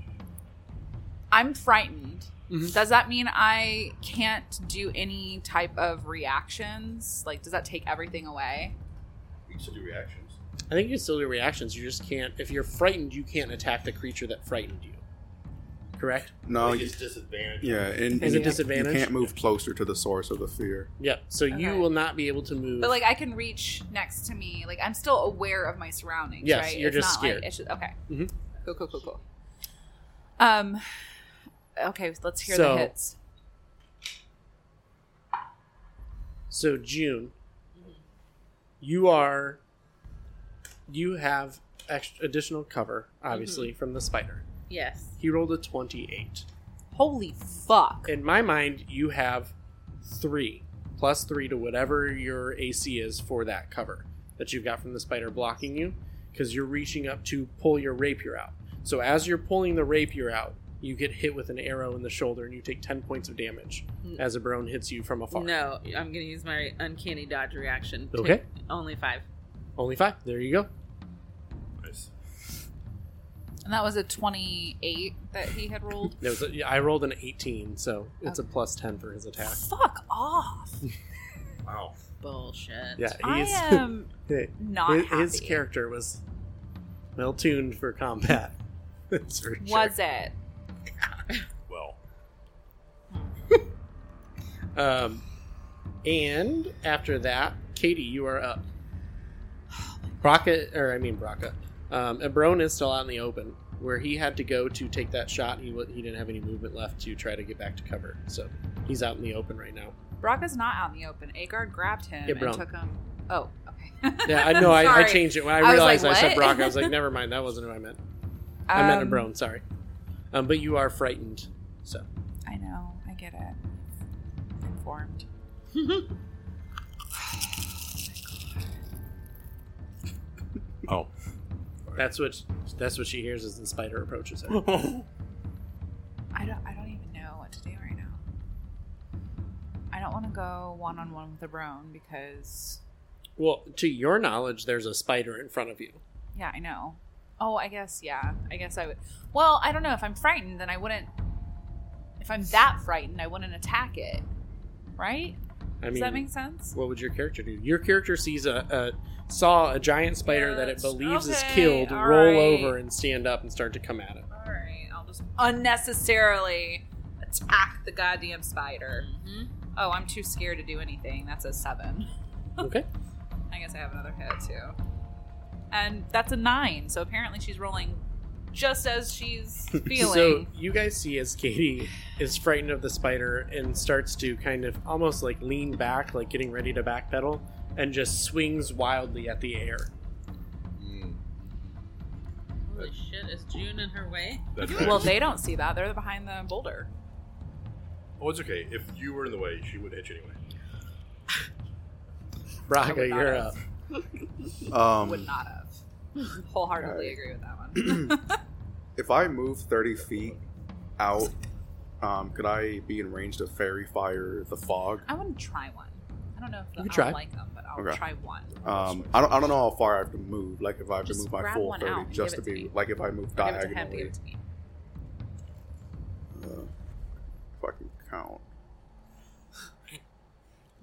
Speaker 4: I'm frightened.
Speaker 1: Mhm.
Speaker 4: Does that mean I can't do any type of reactions? Like, does that take everything away?
Speaker 3: You can still do reactions.
Speaker 1: I think you can still do reactions. You just can't. If you're frightened, you can't attack the creature that frightened you. Correct.
Speaker 2: no,
Speaker 3: I think
Speaker 2: you,
Speaker 3: it's disadvantage.
Speaker 2: yeah, and,
Speaker 1: Is
Speaker 2: and
Speaker 1: it disadvantage?
Speaker 2: You can't move closer to the source of the fear.
Speaker 1: Yeah. So you
Speaker 4: Okay.
Speaker 1: will not be able to move.
Speaker 4: But like, I can reach next to me. Like, I'm still aware of my surroundings.
Speaker 1: Yes,
Speaker 4: right?
Speaker 1: you're
Speaker 4: it's
Speaker 1: just
Speaker 4: not like-
Speaker 1: scared.
Speaker 4: it's just- okay.
Speaker 1: Mhm.
Speaker 4: Cool. Cool. Cool. Cool. Um. Okay, let's hear
Speaker 1: So-
Speaker 4: the hits.
Speaker 1: So June, you are you have extra additional cover, obviously,
Speaker 4: Mm-hmm.
Speaker 1: from the spider.
Speaker 5: Yes.
Speaker 1: He rolled a twenty-eight.
Speaker 5: Holy fuck.
Speaker 1: In my mind, you have three plus three to whatever your AC is for that cover that you've got from the spider blocking you, because you're reaching up to pull your rapier out. So as you're pulling the rapier out, you get hit with an arrow in the shoulder and you take ten points of damage
Speaker 4: Hmm.
Speaker 5: Mm.
Speaker 1: as a brone hits you from afar.
Speaker 5: No, I'm gonna use my uncanny dodge reaction. Take
Speaker 1: Okay.
Speaker 5: only five.
Speaker 1: Only five. There you go.
Speaker 3: Nice.
Speaker 4: And that was a 28 that he had rolled.
Speaker 1: It was a, yeah, I rolled an 18, so it's a plus 10 for his attack.
Speaker 4: Fuck off.
Speaker 3: Wow.
Speaker 5: Bullshit.
Speaker 1: Yeah,
Speaker 4: I
Speaker 1: he's
Speaker 4: am not
Speaker 1: his, his
Speaker 4: happy.
Speaker 1: character was well tuned for combat. That's for sure.
Speaker 4: Was it?
Speaker 3: Well,
Speaker 1: Um, and after that, Katie, you are up. Brocka, or I mean Brocka, um, Ebron is still out in the open where he had to go to take that shot. He wa- he didn't have any movement left to try to get back to cover, so he's out in the open right now.
Speaker 4: Braka's not out in the open. Agard grabbed him
Speaker 1: Yeah,
Speaker 4: and
Speaker 1: Bron.
Speaker 4: took him. Oh, okay.
Speaker 1: Yeah, I know. I, I
Speaker 4: Sorry.
Speaker 1: changed it when I,
Speaker 4: I was
Speaker 1: realized
Speaker 4: like,
Speaker 1: I said
Speaker 4: "What?"
Speaker 1: Brock. I was like, never mind. That wasn't who I meant. I meant
Speaker 4: Um,
Speaker 1: Abron. Sorry. Um, but you are frightened. So
Speaker 4: I know. I get it. Informed.
Speaker 3: oh,
Speaker 1: that's what that's what she hears as the spider approaches her.
Speaker 4: I don't. I don't even know what to do right now. I don't want to go one on one with a Brone because,
Speaker 1: well, to your knowledge, there's a spider in front of you.
Speaker 4: yeah, I know. Oh, I guess, yeah. I guess I would. Well, I don't know. If I'm frightened, then I wouldn't. If I'm that frightened, I wouldn't attack it. Right?
Speaker 1: I
Speaker 4: Does
Speaker 1: mean,
Speaker 4: that make sense?
Speaker 1: what would your character do? Your character sees a, a saw a giant spider that it
Speaker 4: Yes.
Speaker 1: believes is
Speaker 4: Okay,
Speaker 1: killed,
Speaker 4: all
Speaker 1: roll
Speaker 4: right.
Speaker 1: over and stand up and start to come at it.
Speaker 4: All right. I'll just unnecessarily attack the goddamn spider.
Speaker 5: Mhm.
Speaker 4: Oh, I'm too scared to do anything. That's a seven.
Speaker 1: Okay.
Speaker 4: I guess I have another hit too. And that's a nine, so apparently she's rolling just as she's
Speaker 1: So
Speaker 4: feeling.
Speaker 1: you guys see as Katie is frightened of the spider and starts to kind of almost like lean back, like getting ready to backpedal, and just swings wildly at the air.
Speaker 2: Mm.
Speaker 5: Holy shit, is June in her way?
Speaker 3: that's
Speaker 4: well,
Speaker 3: nice.
Speaker 4: they don't see that. They're behind the boulder.
Speaker 3: Oh, it's okay. If you were in the way, she would hit you anyway.
Speaker 4: I would
Speaker 1: Braga,
Speaker 4: not
Speaker 1: you're
Speaker 4: have.
Speaker 1: up.
Speaker 4: Would
Speaker 2: Um,
Speaker 4: not have. Wholeheartedly agree with that one.
Speaker 2: if I move 30 feet out, um, could I be in range to fairy fire the fog?
Speaker 4: I want to try one. I don't know if
Speaker 1: You
Speaker 4: I'll
Speaker 1: can try.
Speaker 4: like them, but I'll
Speaker 2: Okay.
Speaker 4: try one.
Speaker 2: Um, I don't. I don't know how far I have to move. Like if I have to
Speaker 4: Just
Speaker 2: move my
Speaker 4: grab
Speaker 2: full
Speaker 4: one
Speaker 2: thirty,
Speaker 4: out and
Speaker 2: just to
Speaker 4: give it to
Speaker 2: be
Speaker 4: me.
Speaker 2: like if I move
Speaker 4: I'll give it to him, give
Speaker 2: diagonally,
Speaker 4: it to me.
Speaker 2: uh, if I can count.
Speaker 4: You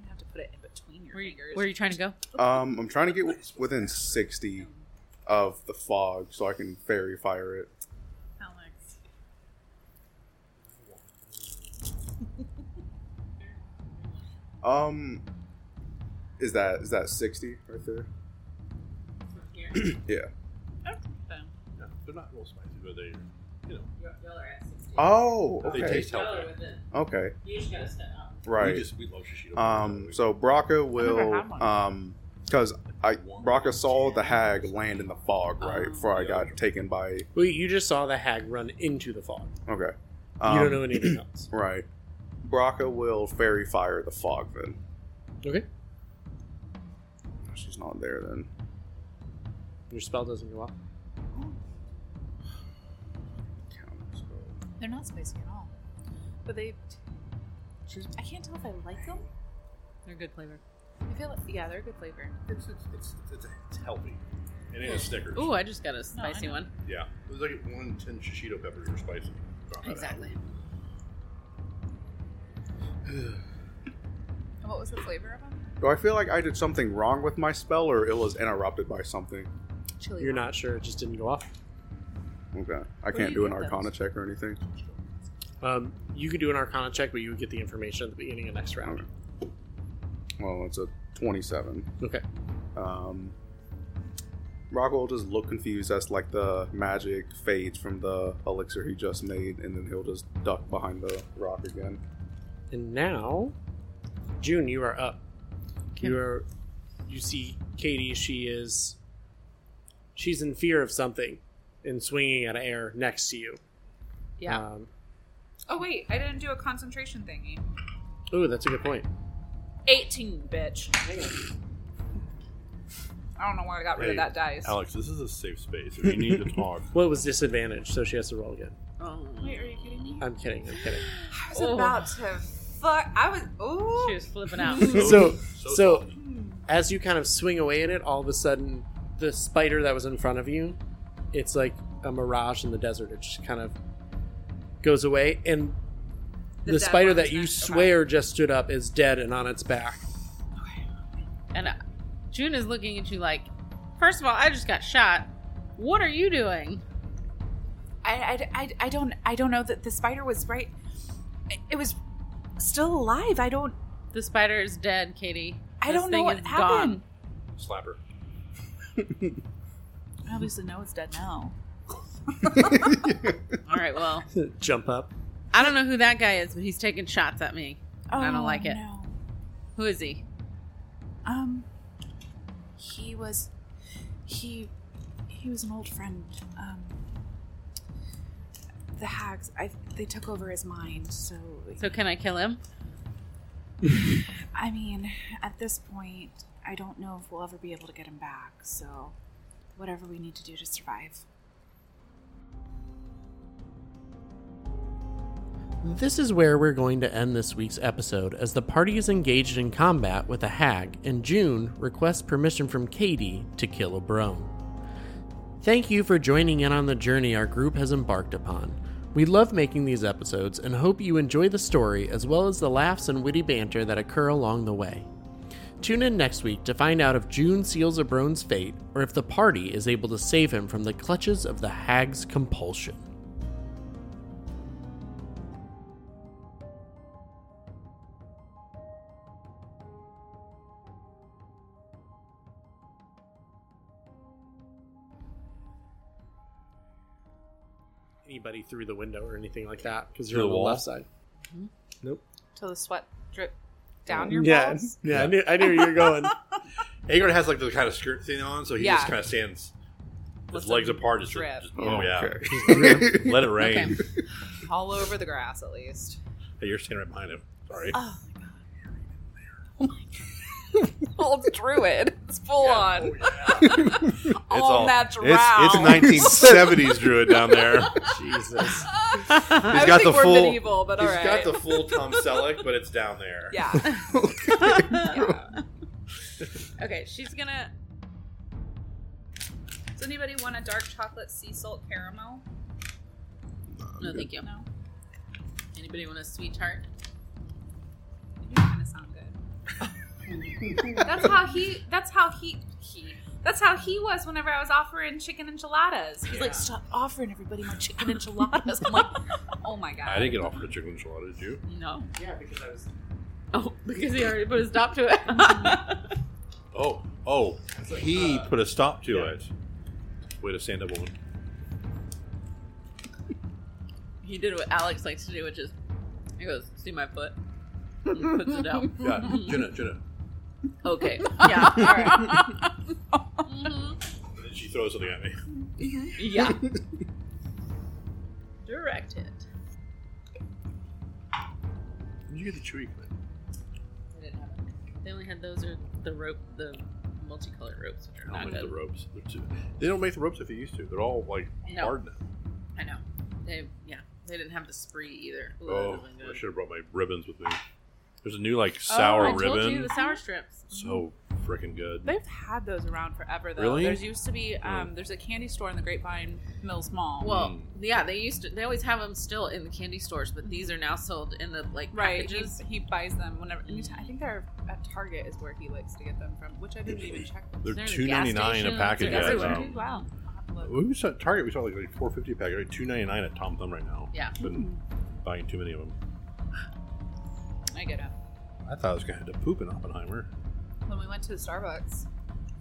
Speaker 4: have to put it in between your
Speaker 5: Where, you-
Speaker 4: fingers.
Speaker 5: where are you trying to go?
Speaker 2: Um, I'm trying to get w- within sixty of the fog so I can fairy fire it.
Speaker 4: Alex.
Speaker 2: Um, is that is that sixty right there? yeah.
Speaker 4: Oh,
Speaker 3: No, they're not real spicy, but they, you know,
Speaker 2: Oh.
Speaker 3: they
Speaker 2: Okay.
Speaker 3: taste healthy.
Speaker 2: Okay.
Speaker 5: You just gotta step up.
Speaker 2: Right.
Speaker 3: We just we love shishito.
Speaker 2: Um, so Braca will,
Speaker 4: had one.
Speaker 2: um, because I Braca saw the hag land in the fog right before I got taken by.
Speaker 1: Well, you just saw the hag run into the fog.
Speaker 2: Okay,
Speaker 1: You
Speaker 2: um,
Speaker 1: don't know anything else.
Speaker 2: Right, Braca will fairy fire the fog then.
Speaker 1: Okay.
Speaker 2: She's not there then.
Speaker 1: Your spell doesn't go off.
Speaker 2: Counter spell.
Speaker 4: They're not spicy at all. But they. I can't tell if I like them.
Speaker 5: They're good flavor.
Speaker 4: I feel like. Yeah, they're a good flavor.
Speaker 3: it's it's it's, it's, it's healthy. And it is Snickers.
Speaker 5: Ooh, I just got a
Speaker 4: No, I
Speaker 5: spicy
Speaker 4: know.
Speaker 5: one.
Speaker 3: Yeah, it was like one ten shishito peppers or spicy. Drop that out.
Speaker 4: And what was the flavor of them?
Speaker 2: Do I feel like I did something wrong with my spell, or it was interrupted by something?
Speaker 4: Chili.
Speaker 1: You're not sure. It just didn't go off.
Speaker 2: Okay, I
Speaker 4: do
Speaker 2: can't
Speaker 4: you
Speaker 2: do an
Speaker 4: get those?
Speaker 2: Arcana check or anything.
Speaker 1: Um, you could do an Arcana check, but you would get the information at the beginning of next round.
Speaker 2: Well, it's a twenty-seven.
Speaker 1: Okay.
Speaker 2: Um, Rockwell will just look confused as like the magic fades from the elixir he just made, and then he'll just duck behind the rock again.
Speaker 1: And now, June, you are up.
Speaker 5: Kim.
Speaker 1: you are you see Katie she is she's in fear of something and swinging at air next to you
Speaker 5: Yeah.
Speaker 1: um,
Speaker 4: Oh wait, I didn't do a concentration thingy.
Speaker 1: oh that's a good point
Speaker 4: 18, bitch. I don't know why I got rid
Speaker 3: Hey,
Speaker 4: of that dice.
Speaker 3: Alex, this is a safe space. We need to talk.
Speaker 1: well it was disadvantage so she has to roll again
Speaker 5: oh.
Speaker 4: Wait, are you kidding me?
Speaker 1: I'm kidding I'm kidding
Speaker 4: I was
Speaker 5: Oh.
Speaker 4: about to fuck. I was.
Speaker 5: She
Speaker 4: Oh.
Speaker 5: was flipping out.
Speaker 1: so so as you kind of swing away at it all of a sudden the spider that was in front of you it's like a mirage in the desert it just kind of goes away and
Speaker 4: The
Speaker 1: the,
Speaker 4: dead
Speaker 1: spider
Speaker 4: one
Speaker 1: that
Speaker 4: was
Speaker 1: you
Speaker 4: next, okay.
Speaker 1: swear just stood up is dead and on its back
Speaker 5: and uh, June is looking at you like, first of all, I just got shot. What are you doing?
Speaker 4: I, I, I, I don't. I don't know that the spider was right. it- It was still alive. I don't.
Speaker 5: The spider is dead, Katie.
Speaker 4: I
Speaker 5: This
Speaker 4: don't know
Speaker 5: thing
Speaker 4: what
Speaker 5: is
Speaker 4: happened.
Speaker 3: Slapper.
Speaker 4: I obviously know it's dead now.
Speaker 5: Gone. All right, well,
Speaker 1: jump up
Speaker 5: I don't know who that guy is, but he's taking shots at me.
Speaker 4: Oh,
Speaker 5: I don't like it.
Speaker 4: No.
Speaker 5: Who is he?
Speaker 4: Um, he was, he, he was an old friend. Um, the hags, I they took over his mind. So,
Speaker 5: So can I kill him?
Speaker 4: I mean, at this point, I don't know if we'll ever be able to get him back. So, whatever we need to do to survive.
Speaker 6: This is where we're going to end this week's episode, as the party is engaged in combat with a hag, and June requests permission from Katie to kill a brome. Thank you for joining in on the journey our group has embarked upon. We love making these episodes and hope you enjoy the story as well as the laughs and witty banter that occur along the way. Tune in next week to find out if June seals a brome's fate or if the party is able to save him from the clutches of the hag's compulsion.
Speaker 1: anybody through the window or anything like that because
Speaker 3: Through
Speaker 1: you're on
Speaker 3: the
Speaker 1: the
Speaker 3: wall?
Speaker 1: left side
Speaker 4: Till the sweat drip
Speaker 3: Mm,
Speaker 4: down your
Speaker 1: yeah,
Speaker 4: balls.
Speaker 1: yeah, I knew, I knew where you were going.
Speaker 3: Agard has like the kind of skirt thing on, so he
Speaker 4: Yeah.
Speaker 3: just kind of stands, his
Speaker 4: Listen,
Speaker 3: legs apart, just,
Speaker 4: drip.
Speaker 3: just oh yeah,
Speaker 2: okay.
Speaker 3: let it rain.
Speaker 5: Okay.
Speaker 4: all over the grass at least.
Speaker 3: Hey, you're standing right behind him. Sorry.
Speaker 4: Oh my god. Old druid. It's full on.
Speaker 3: Oh, yeah.
Speaker 4: all, natural.
Speaker 3: It's, it's 1970s druid down there.
Speaker 1: Jesus,
Speaker 4: I
Speaker 3: got
Speaker 4: think
Speaker 3: the
Speaker 4: we're
Speaker 3: full-
Speaker 4: medieval, but all
Speaker 3: He's
Speaker 4: right.
Speaker 3: got the full Tom Selleck, but it's down there.
Speaker 4: yeah.
Speaker 5: Okay, she's gonna.
Speaker 4: Does anybody want a dark chocolate sea salt caramel?
Speaker 5: No, thank you.
Speaker 4: No.
Speaker 5: Anybody want a sweet tart?
Speaker 4: You kind of sound good. that's how he. That's how he. He. That's how he was whenever I was offering chicken enchiladas. He's like, "Stop offering everybody my chicken enchiladas." I'm like, "Oh my god!"
Speaker 3: I didn't get offered a chicken enchilada, did you?
Speaker 5: No.
Speaker 1: yeah, because I was
Speaker 5: Oh, because he already put a stop to it.
Speaker 3: Oh, oh, he put a stop to
Speaker 1: yeah.
Speaker 3: it. Way to stand up, woman.
Speaker 5: he did what Alex likes to do, which is he goes, "See my foot," and puts it down.
Speaker 3: Yeah, Jenna, Jenna.
Speaker 5: Okay.
Speaker 4: Yeah. All right.
Speaker 5: Mhm.
Speaker 3: And then she throws something at me.
Speaker 5: Yeah. Direct it.
Speaker 3: Did you get the chewy kind?
Speaker 5: They didn't have it. They only had those or the rope, the multicolored ropes, which are
Speaker 3: I
Speaker 5: not
Speaker 3: don't make the
Speaker 5: good.
Speaker 3: ropes. They're too, they don't make the ropes if they used to. They're all like
Speaker 5: No.
Speaker 3: hard now.
Speaker 5: I know. They yeah. They didn't have the spree either. Ooh, that
Speaker 3: Oh,
Speaker 5: would've
Speaker 3: I
Speaker 5: been good.
Speaker 3: should have brought my ribbons with me. There's a new like
Speaker 5: Oh,
Speaker 3: sour
Speaker 5: I
Speaker 3: ribbon.
Speaker 5: Told you, the sour strips.
Speaker 3: so freaking good.
Speaker 4: They've had those around forever, though.
Speaker 3: Really?
Speaker 4: There's used to be um, there's a candy store in the Grapevine Mills Mall.
Speaker 5: Well,
Speaker 3: Mm.
Speaker 5: yeah, they used to. They always have them still in the candy stores, but these are now sold in the like
Speaker 4: right, he,
Speaker 5: packages.
Speaker 4: he buys them whenever. anytime- I think they're at Target is where he likes to get them from, which I didn't even check.
Speaker 3: They're
Speaker 5: They're at
Speaker 3: two
Speaker 5: gas
Speaker 3: ninety nine a
Speaker 5: stations,
Speaker 3: package.
Speaker 5: they're
Speaker 3: Yeah,
Speaker 5: everywhere.
Speaker 3: now.
Speaker 4: Wow. I'll have to look.
Speaker 3: When we saw at Target, we saw like, like four fifty pack, like two ninety nine at Tom Thumb right now.
Speaker 5: Yeah.
Speaker 3: been buying too many of them.
Speaker 4: I get it.
Speaker 3: I thought I was gonna have to poop in Oppenheimer.
Speaker 4: When we went to the Starbucks,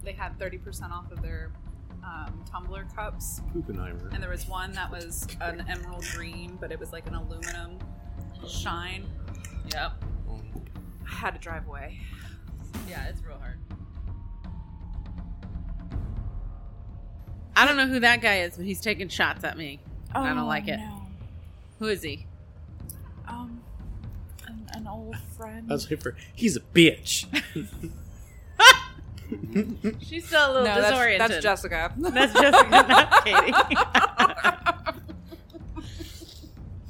Speaker 4: they had 30% off of their um, tumbler cups.
Speaker 3: Poopenheimer.
Speaker 4: And there was one that was an emerald green, but it was like an aluminum shine.
Speaker 5: Yep.
Speaker 4: I had to drive away.
Speaker 5: Yeah, it's real hard. I don't know who that guy is, but he's taking shots at me. I don't like it.
Speaker 4: Oh, no.
Speaker 5: Who is he?
Speaker 4: Um, an, an old friend.
Speaker 1: I was waiting for he's a bitch.
Speaker 5: She's still a
Speaker 4: no,
Speaker 5: little
Speaker 4: that's,
Speaker 5: disoriented.
Speaker 4: that's Jessica.
Speaker 5: That's Jessica, not Katie.
Speaker 1: Like,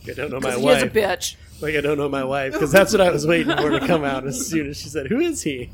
Speaker 1: I don't know my
Speaker 4: 'Cause he
Speaker 1: wife.
Speaker 4: is a bitch.
Speaker 1: Like I don't know my wife because that's what I was waiting for to come out as soon as she said, "Who is he?"